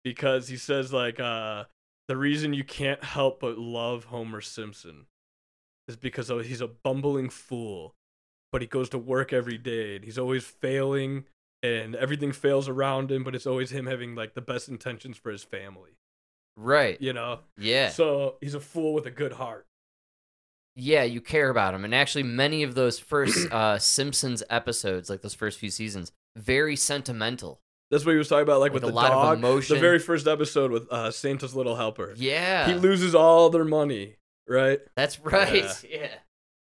Speaker 1: because he says like uh the reason you can't help but love homer simpson is because of- he's a bumbling fool but he goes to work every day and he's always failing and everything fails around him but it's always him having like the best intentions for his family
Speaker 2: Right.
Speaker 1: you know
Speaker 2: Yeah.
Speaker 1: so he's a fool with a good heart.
Speaker 2: Yeah, you care about him. And actually many of those first uh Simpsons episodes, like those first few seasons, very sentimental.
Speaker 1: That's what he was talking about, like,
Speaker 2: Like
Speaker 1: with
Speaker 2: a
Speaker 1: the
Speaker 2: lot of
Speaker 1: dog.
Speaker 2: emotion.
Speaker 1: The very first episode with uh, Santa's little helper.
Speaker 2: Yeah.
Speaker 1: He loses all their money, right?
Speaker 2: That's right. Yeah.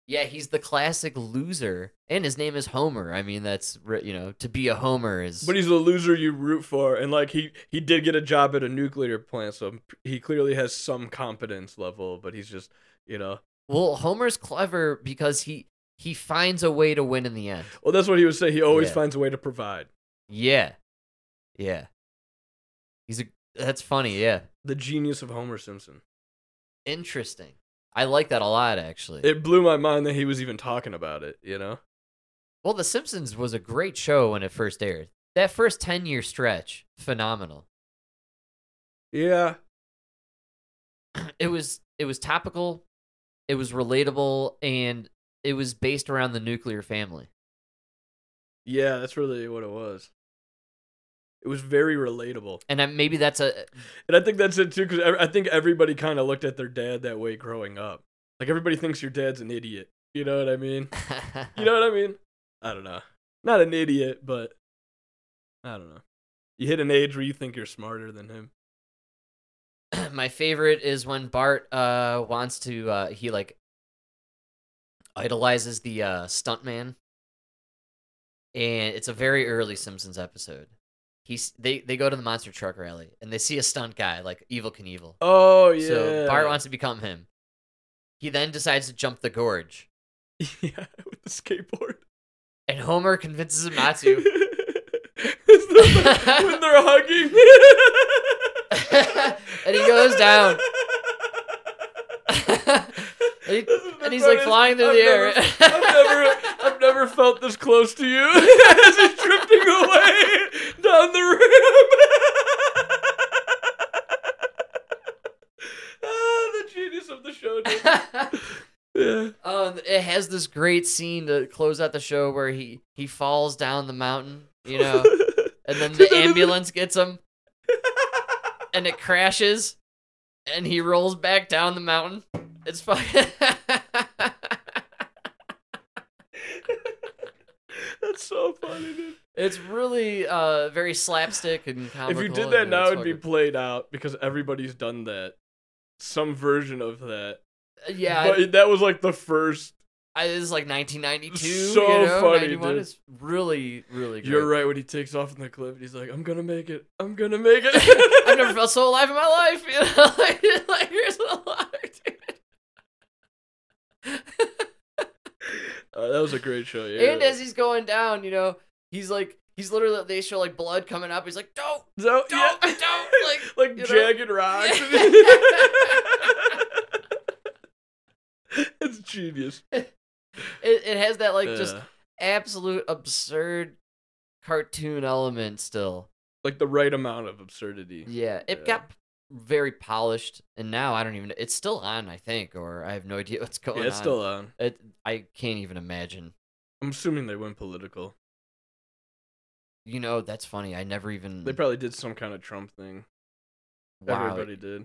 Speaker 2: yeah. he's the classic loser. And his name is Homer. I mean, that's, re- you know, to be a Homer is.
Speaker 1: But he's the loser you root for, and like he he did get a job at a nuclear plant, so he clearly has some competence level. But he's just you know,
Speaker 2: well, Homer's clever because he he finds a way to win in the end.
Speaker 1: well that's what he would say. He always
Speaker 2: Yeah.
Speaker 1: finds a way to provide.
Speaker 2: Yeah. Yeah. He's a. That's funny. Yeah.
Speaker 1: The genius of Homer Simpson.
Speaker 2: Interesting. I like that a lot, actually.
Speaker 1: It blew my mind that he was even talking about it. You know,
Speaker 2: well, The Simpsons was a great show when it first aired. That first 10 year stretch, phenomenal.
Speaker 1: yeah,
Speaker 2: it was it was topical, it was relatable, and it was based around the nuclear family.
Speaker 1: yeah, that's really what it was. It was very relatable.
Speaker 2: And I, maybe that's a
Speaker 1: And I think that's it too, because I think everybody kind of looked at their dad that way growing up. Like everybody thinks your dad's an idiot. You know what I mean? You know what I mean? I don't know. Not an idiot, but I don't know. You hit an age where you think you're smarter than him.
Speaker 2: my favorite is when Bart uh wants to uh he like idolizes the uh stuntman. And it's a very early Simpsons episode. He's they they go to the monster truck rally and they see a stunt guy like Evil Knievel.
Speaker 1: Oh yeah.
Speaker 2: So Bart wants to become him. He then decides to jump the gorge.
Speaker 1: yeah, with the skateboard.
Speaker 2: And Homer convinces him not to.
Speaker 1: It's the- when they're hugging.
Speaker 2: and he goes down. and, he- and he's like flying through
Speaker 1: I've
Speaker 2: the
Speaker 1: never-
Speaker 2: air.
Speaker 1: I've never, I've never felt this close to you as he's drifting away down the room. ah, the genius of the show. dude. Yeah.
Speaker 2: um, it has this great scene to close out the show where he he falls down the mountain, you know, and then the ambulance gets him, and it crashes, and he rolls back down the mountain. It's fucking.
Speaker 1: That's so funny, dude.
Speaker 2: it's really uh very slapstick and comical.
Speaker 1: If you did
Speaker 2: and
Speaker 1: that now,
Speaker 2: it's
Speaker 1: it'd be
Speaker 2: fucking-
Speaker 1: played out because everybody's done that. Some version of that.
Speaker 2: yeah.
Speaker 1: But that was like the first.
Speaker 2: I, this is like 1992.
Speaker 1: So
Speaker 2: you know,
Speaker 1: funny,
Speaker 2: 91
Speaker 1: dude.
Speaker 2: is really, really good.
Speaker 1: You're right when he takes off in the clip and he's like, I'm gonna make it. I'm gonna make it.
Speaker 2: I've never felt so alive in my life. You know, like, like here's a lot, dude.
Speaker 1: Uh, that was a great show. Yeah.
Speaker 2: And as he's going down, you know, he's like, he's literally, they show like blood coming up. He's like, don't.
Speaker 1: so,
Speaker 2: Don't-
Speaker 1: yeah.
Speaker 2: don't, like,
Speaker 1: like
Speaker 2: you know.
Speaker 1: jagged rocks. it's genius.
Speaker 2: It, it has that like just
Speaker 1: Yeah.
Speaker 2: absolute absurd cartoon element still.
Speaker 1: like the right amount of absurdity.
Speaker 2: Yeah, it
Speaker 1: Yeah.
Speaker 2: got very polished, and now I don't even. It's still on, I think, or I have no idea what's going
Speaker 1: Yeah, it's
Speaker 2: on.
Speaker 1: still on.
Speaker 2: It, I can't even imagine.
Speaker 1: I'm assuming they went political.
Speaker 2: You know, that's funny. I never even.
Speaker 1: They probably did some kind of Trump thing.
Speaker 2: Mm. wow.
Speaker 1: Everybody did.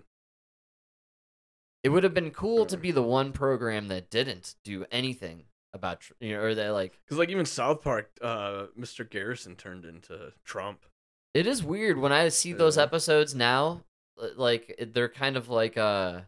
Speaker 2: It would have been cool to
Speaker 1: Mm.
Speaker 2: be the one program that didn't do anything about, tr- you know, or that like
Speaker 1: Because like even South Park, uh, Mr. Garrison turned into Trump.
Speaker 2: it is weird when I see those
Speaker 1: Yeah.
Speaker 2: episodes now. l- Like it- they're kind of like uh,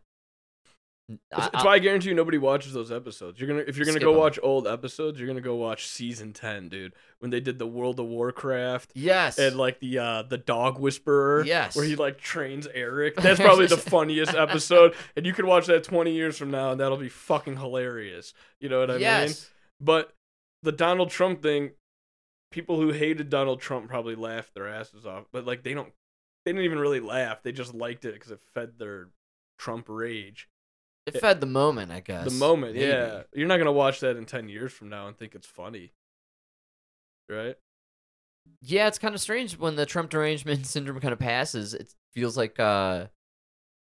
Speaker 2: n-
Speaker 1: It's,
Speaker 2: I-
Speaker 1: it's
Speaker 2: I-
Speaker 1: why I guarantee you nobody watches those episodes. You're gonna if you're gonna
Speaker 2: Skip
Speaker 1: go
Speaker 2: 'em.
Speaker 1: watch old episodes, you're gonna go watch season ten, dude. When they did the World of Warcraft
Speaker 2: yes,
Speaker 1: and like the uh the dog whisperer
Speaker 2: Yes.
Speaker 1: where he like trains eric that's probably the funniest episode and you could watch that 20 years from now and that'll be fucking hilarious you know what i mean
Speaker 2: yes.
Speaker 1: but the donald trump thing people who hated donald trump probably laughed their asses off but like they don't they didn't even really laugh they just liked it because it fed their trump rage
Speaker 2: It fed the moment, I guess.
Speaker 1: the moment
Speaker 2: maybe.
Speaker 1: yeah you're not gonna watch that in 10 years from now and think it's funny right
Speaker 2: Yeah, it's kind of strange when the Trump derangement syndrome kind of passes. It feels like uh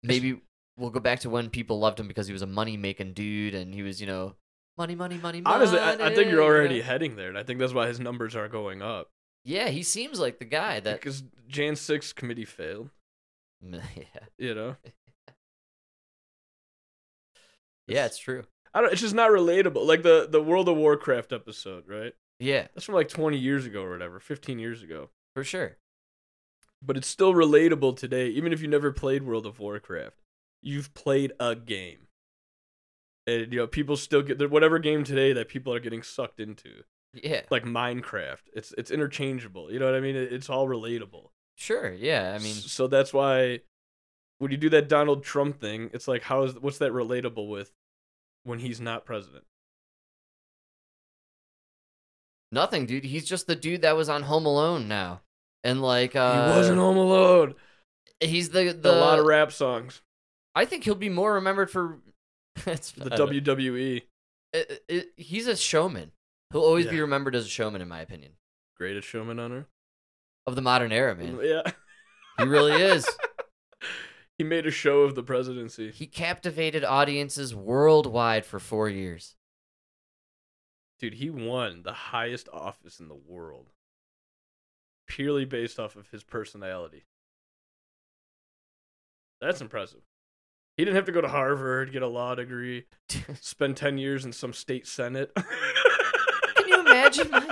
Speaker 2: maybe we'll go back to when people loved him because he was a money making dude and he was, you know, money, money, money, money.
Speaker 1: honestly I, I think
Speaker 2: you
Speaker 1: you're
Speaker 2: know?
Speaker 1: already heading there and i think that's why his numbers are going up
Speaker 2: Yeah, he seems like the guy that.
Speaker 1: because Jan six committee failed.
Speaker 2: yeah,
Speaker 1: You know,
Speaker 2: yeah, it's true.
Speaker 1: I don't. It's just not relatable. Like the the World of Warcraft episode, right?
Speaker 2: Yeah,
Speaker 1: That's from like twenty years ago or whatever, fifteen years ago.
Speaker 2: for sure.
Speaker 1: But it's still relatable today, even if you never played World of Warcraft. You've played a game. and you know people still get whatever game today that people are getting sucked into,
Speaker 2: Yeah.
Speaker 1: like Minecraft. It's it's interchangeable. You know what I mean? It- It's all relatable.
Speaker 2: Sure. Yeah. I
Speaker 1: S-
Speaker 2: mean,
Speaker 1: so that's why when you do that Donald Trump thing, it's like how is what's that relatable with when he's not president?
Speaker 2: nothing, dude. He's just the dude that was on Home Alone now. And like uh
Speaker 1: he wasn't home alone.
Speaker 2: he's the
Speaker 1: The,
Speaker 2: the
Speaker 1: a lot of rap songs.
Speaker 2: I think he'll be more remembered for it's
Speaker 1: The E,
Speaker 2: I don't-
Speaker 1: WWE
Speaker 2: it- it- he's a showman. He'll always be
Speaker 1: Yeah.
Speaker 2: remembered as a showman in my opinion.
Speaker 1: greatest showman on earth.
Speaker 2: Of the modern era, man.
Speaker 1: Yeah.
Speaker 2: He really is.
Speaker 1: He made a show of the presidency.
Speaker 2: He captivated audiences worldwide for 4 years.
Speaker 1: Dude, he won the highest office in the world purely based off of his personality. That's impressive. He didn't have to go to Harvard, get a law degree, spend 10 years in some state senate.
Speaker 2: Can you imagine? Mike?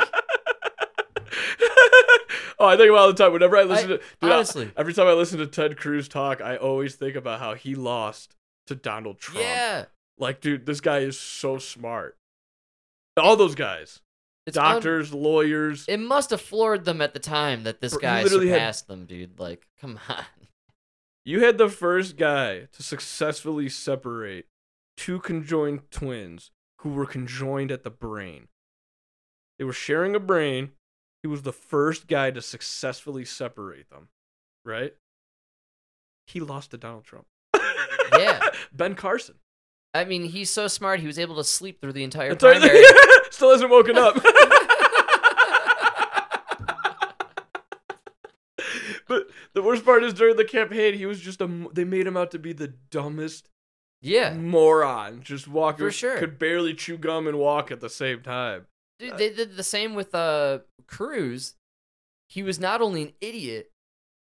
Speaker 1: oh, I think about it all the time. Whenever I listen
Speaker 2: I-
Speaker 1: to dude, I-
Speaker 2: honestly.
Speaker 1: every time I listen to Ted Cruz talk, I always think about how he lost to Donald Trump.
Speaker 2: yeah.
Speaker 1: Like, dude, this guy is so smart. All those guys,
Speaker 2: It's un-
Speaker 1: doctors, lawyers.
Speaker 2: it must have floored them at the time that this
Speaker 1: Bro, he
Speaker 2: guy
Speaker 1: literally had-
Speaker 2: surpassed them, dude. Like, come on.
Speaker 1: You had the first guy to successfully separate two conjoined twins who were conjoined at the brain. They were sharing a brain. He was the first guy to successfully separate them, right? He lost to Donald Trump.
Speaker 2: Yeah.
Speaker 1: Ben Carson.
Speaker 2: I mean, he's so smart. He was able to sleep through the entire
Speaker 1: That's right.
Speaker 2: primary.
Speaker 1: Still hasn't woken up. but the worst part is during the campaign, he was just a. m- They made him out to be the dumbest
Speaker 2: yeah,
Speaker 1: moron just walking
Speaker 2: For sure.
Speaker 1: could barely chew gum and walk at the same time
Speaker 2: dude, they did the same with uh Cruz. He was not only an idiot,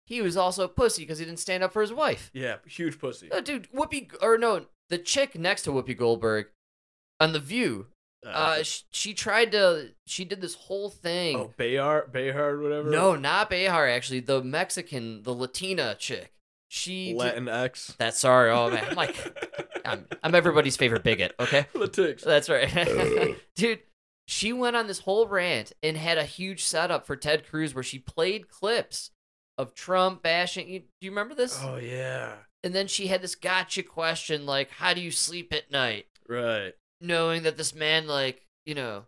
Speaker 2: he was also a pussy because he didn't stand up for his wife.
Speaker 1: yeah huge pussy
Speaker 2: No, dude, Whoopi or no, the chick next to Whoopi Goldberg on The View. Uh, she, she tried to. She did this whole thing.
Speaker 1: oh bayard bayard whatever
Speaker 2: No, not Behar, actually. The Mexican, the Latina chick. She. Did,
Speaker 1: latin x
Speaker 2: that's sorry. Oh, man. I'm like, I'm, I'm everybody's favorite bigot, okay?
Speaker 1: Latinx.
Speaker 2: That's right. Dude, she went on this whole rant and had a huge setup for Ted Cruz where she played clips of Trump bashing. You, do you remember this?
Speaker 1: oh yeah
Speaker 2: And then she had this gotcha question like, how do you sleep at night?
Speaker 1: right
Speaker 2: knowing that this man like you know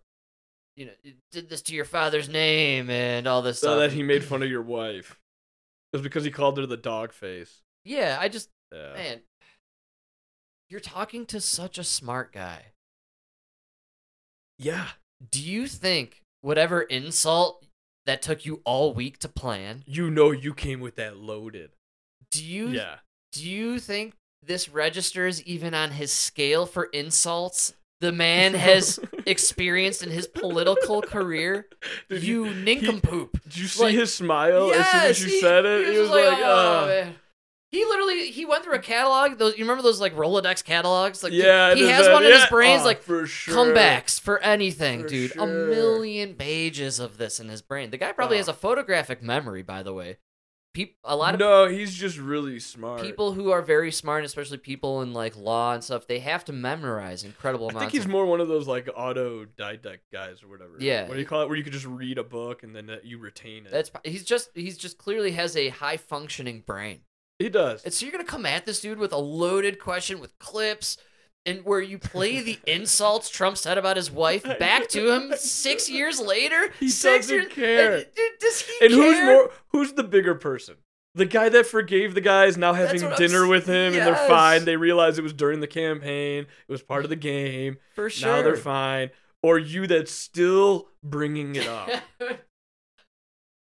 Speaker 2: you know did this to your father's name and all this
Speaker 1: so
Speaker 2: stuff
Speaker 1: that he made fun of your wife it was because he called her the dog face
Speaker 2: yeah i just
Speaker 1: yeah
Speaker 2: man you're talking to such a smart guy
Speaker 1: yeah
Speaker 2: do you think whatever insult that took you all week to plan
Speaker 1: you know you came with that loaded
Speaker 2: do you
Speaker 1: yeah
Speaker 2: do you think this registers even on his scale for insults the man has experienced in his political career
Speaker 1: Dude,
Speaker 2: you
Speaker 1: he-
Speaker 2: nincompoop
Speaker 1: did you see
Speaker 2: Like,
Speaker 1: his smile as soon as you
Speaker 2: he-
Speaker 1: said it? He was,
Speaker 2: just
Speaker 1: like,
Speaker 2: "Oh,
Speaker 1: "Ah."
Speaker 2: man." He literally he went through a catalog. Those you remember those like Rolodex catalogs? Like dude,
Speaker 1: yeah. it
Speaker 2: he
Speaker 1: is
Speaker 2: has
Speaker 1: that-
Speaker 2: one in his
Speaker 1: yeah.
Speaker 2: brains
Speaker 1: Oh,
Speaker 2: like
Speaker 1: for sure.
Speaker 2: comebacks for anything,
Speaker 1: For
Speaker 2: dude.
Speaker 1: sure.
Speaker 2: A million pages of this in his brain. The guy probably
Speaker 1: Oh.
Speaker 2: has a photographic memory, by the way. Peop- a lot of
Speaker 1: no, he's just really smart.
Speaker 2: people who are very smart, especially people in like law and stuff, they have to memorize incredible
Speaker 1: I think
Speaker 2: amounts.
Speaker 1: he's
Speaker 2: of-
Speaker 1: more one of those like autodidact guys or whatever.
Speaker 2: Yeah.
Speaker 1: What do you call it? Where you could just read a book and then that you retain it.
Speaker 2: that's pro- he's just he's just clearly has a high functioning brain.
Speaker 1: he does.
Speaker 2: And so you're gonna come at this dude with a loaded question with clips and where you play the insults Trump said about his wife back to him six years later.
Speaker 1: He
Speaker 2: 6
Speaker 1: doesn't
Speaker 2: years,
Speaker 1: care.
Speaker 2: And, dude, does he
Speaker 1: and who's
Speaker 2: care?
Speaker 1: more? Who's the bigger person? The guy that forgave the guy is now
Speaker 2: That's
Speaker 1: having
Speaker 2: what I'm
Speaker 1: dinner
Speaker 2: s-
Speaker 1: with him, and they're
Speaker 2: Yes.
Speaker 1: fine. They realize it was during the campaign. It was part of the game.
Speaker 2: for sure?
Speaker 1: Now they're fine. Or you that's still bringing it up.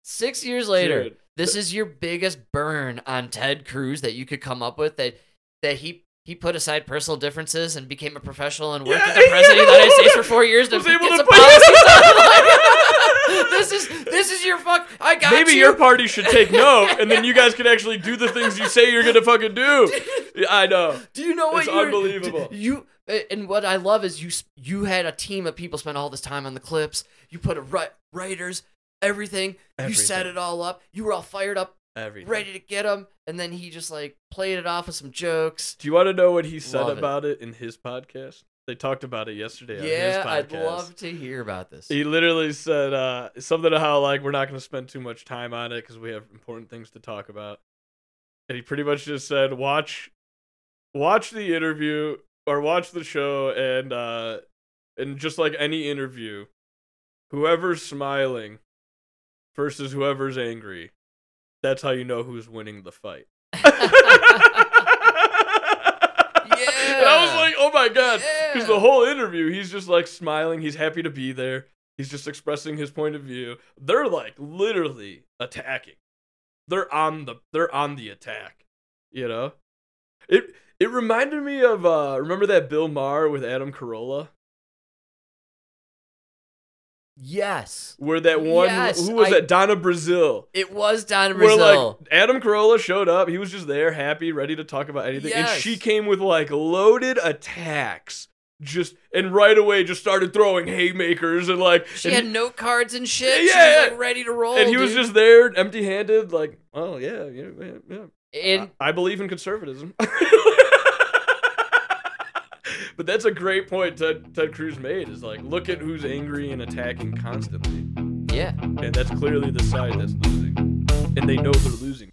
Speaker 2: Six years later,
Speaker 1: Dude.
Speaker 2: this is your biggest burn on Ted Cruz that you could come up with that that he he put aside personal differences and became a professional and worked with
Speaker 1: Yeah,
Speaker 2: the president of the
Speaker 1: yeah.
Speaker 2: United States for four years to
Speaker 1: Was able
Speaker 2: get
Speaker 1: to
Speaker 2: some
Speaker 1: put-
Speaker 2: policies on. this is this is your fuck. I got
Speaker 1: Maybe
Speaker 2: you.
Speaker 1: your party should take note, and then you guys can actually do the things you say you're gonna fucking do. Yeah, I know.
Speaker 2: Do you know what
Speaker 1: It's
Speaker 2: you were-
Speaker 1: unbelievable.
Speaker 2: d- You and what I love is you s- you had a team of people spent all this time on the clips. You put a ri- writers, everything. You set it
Speaker 1: Everything.
Speaker 2: all up. You were all fired up,
Speaker 1: Everything.
Speaker 2: ready to get him, and then he just like played it off with some jokes.
Speaker 1: Do you want to know what he said
Speaker 2: Love it.
Speaker 1: about it. in his podcast? They talked about it yesterday on his
Speaker 2: yeah,
Speaker 1: podcast.
Speaker 2: I'd love to hear about this.
Speaker 1: He literally said uh, something to how like we're not going to spend too much time on it because we have important things to talk about. And he pretty much just said, "Watch, watch the interview or watch the show, and uh, and just like any interview, whoever's smiling versus whoever's angry, that's how you know who's winning the fight." And I was
Speaker 2: Yeah.
Speaker 1: like, oh my god, because
Speaker 2: Yeah.
Speaker 1: the whole interview, he's just like smiling. He's happy to be there. He's just expressing his point of view. They're like literally attacking. They're on the they're on the attack. You know, it it reminded me of uh remember that Bill Maher with Adam Carolla
Speaker 2: yes,
Speaker 1: where that one
Speaker 2: Yes,
Speaker 1: who was
Speaker 2: I-
Speaker 1: that Donna Brazil.
Speaker 2: it was Don
Speaker 1: Where like
Speaker 2: Brazil.
Speaker 1: Adam Carolla showed up, he was just there, happy, ready to talk about anything,
Speaker 2: Yes.
Speaker 1: and she came with like loaded attacks, just and right away just started throwing haymakers and like,
Speaker 2: she
Speaker 1: and,
Speaker 2: had note cards and shit. she
Speaker 1: Yeah,
Speaker 2: was,
Speaker 1: yeah.
Speaker 2: like, ready to roll.
Speaker 1: and he was
Speaker 2: dude.
Speaker 1: just there, empty-handed, like, oh yeah, yeah, yeah, yeah.
Speaker 2: and
Speaker 1: I, I believe in conservatism. but that's a great point Ted, Ted Cruz made is like, look at who's angry and attacking constantly,
Speaker 2: yeah.
Speaker 1: and that's clearly the side that's losing, and they know they're losing.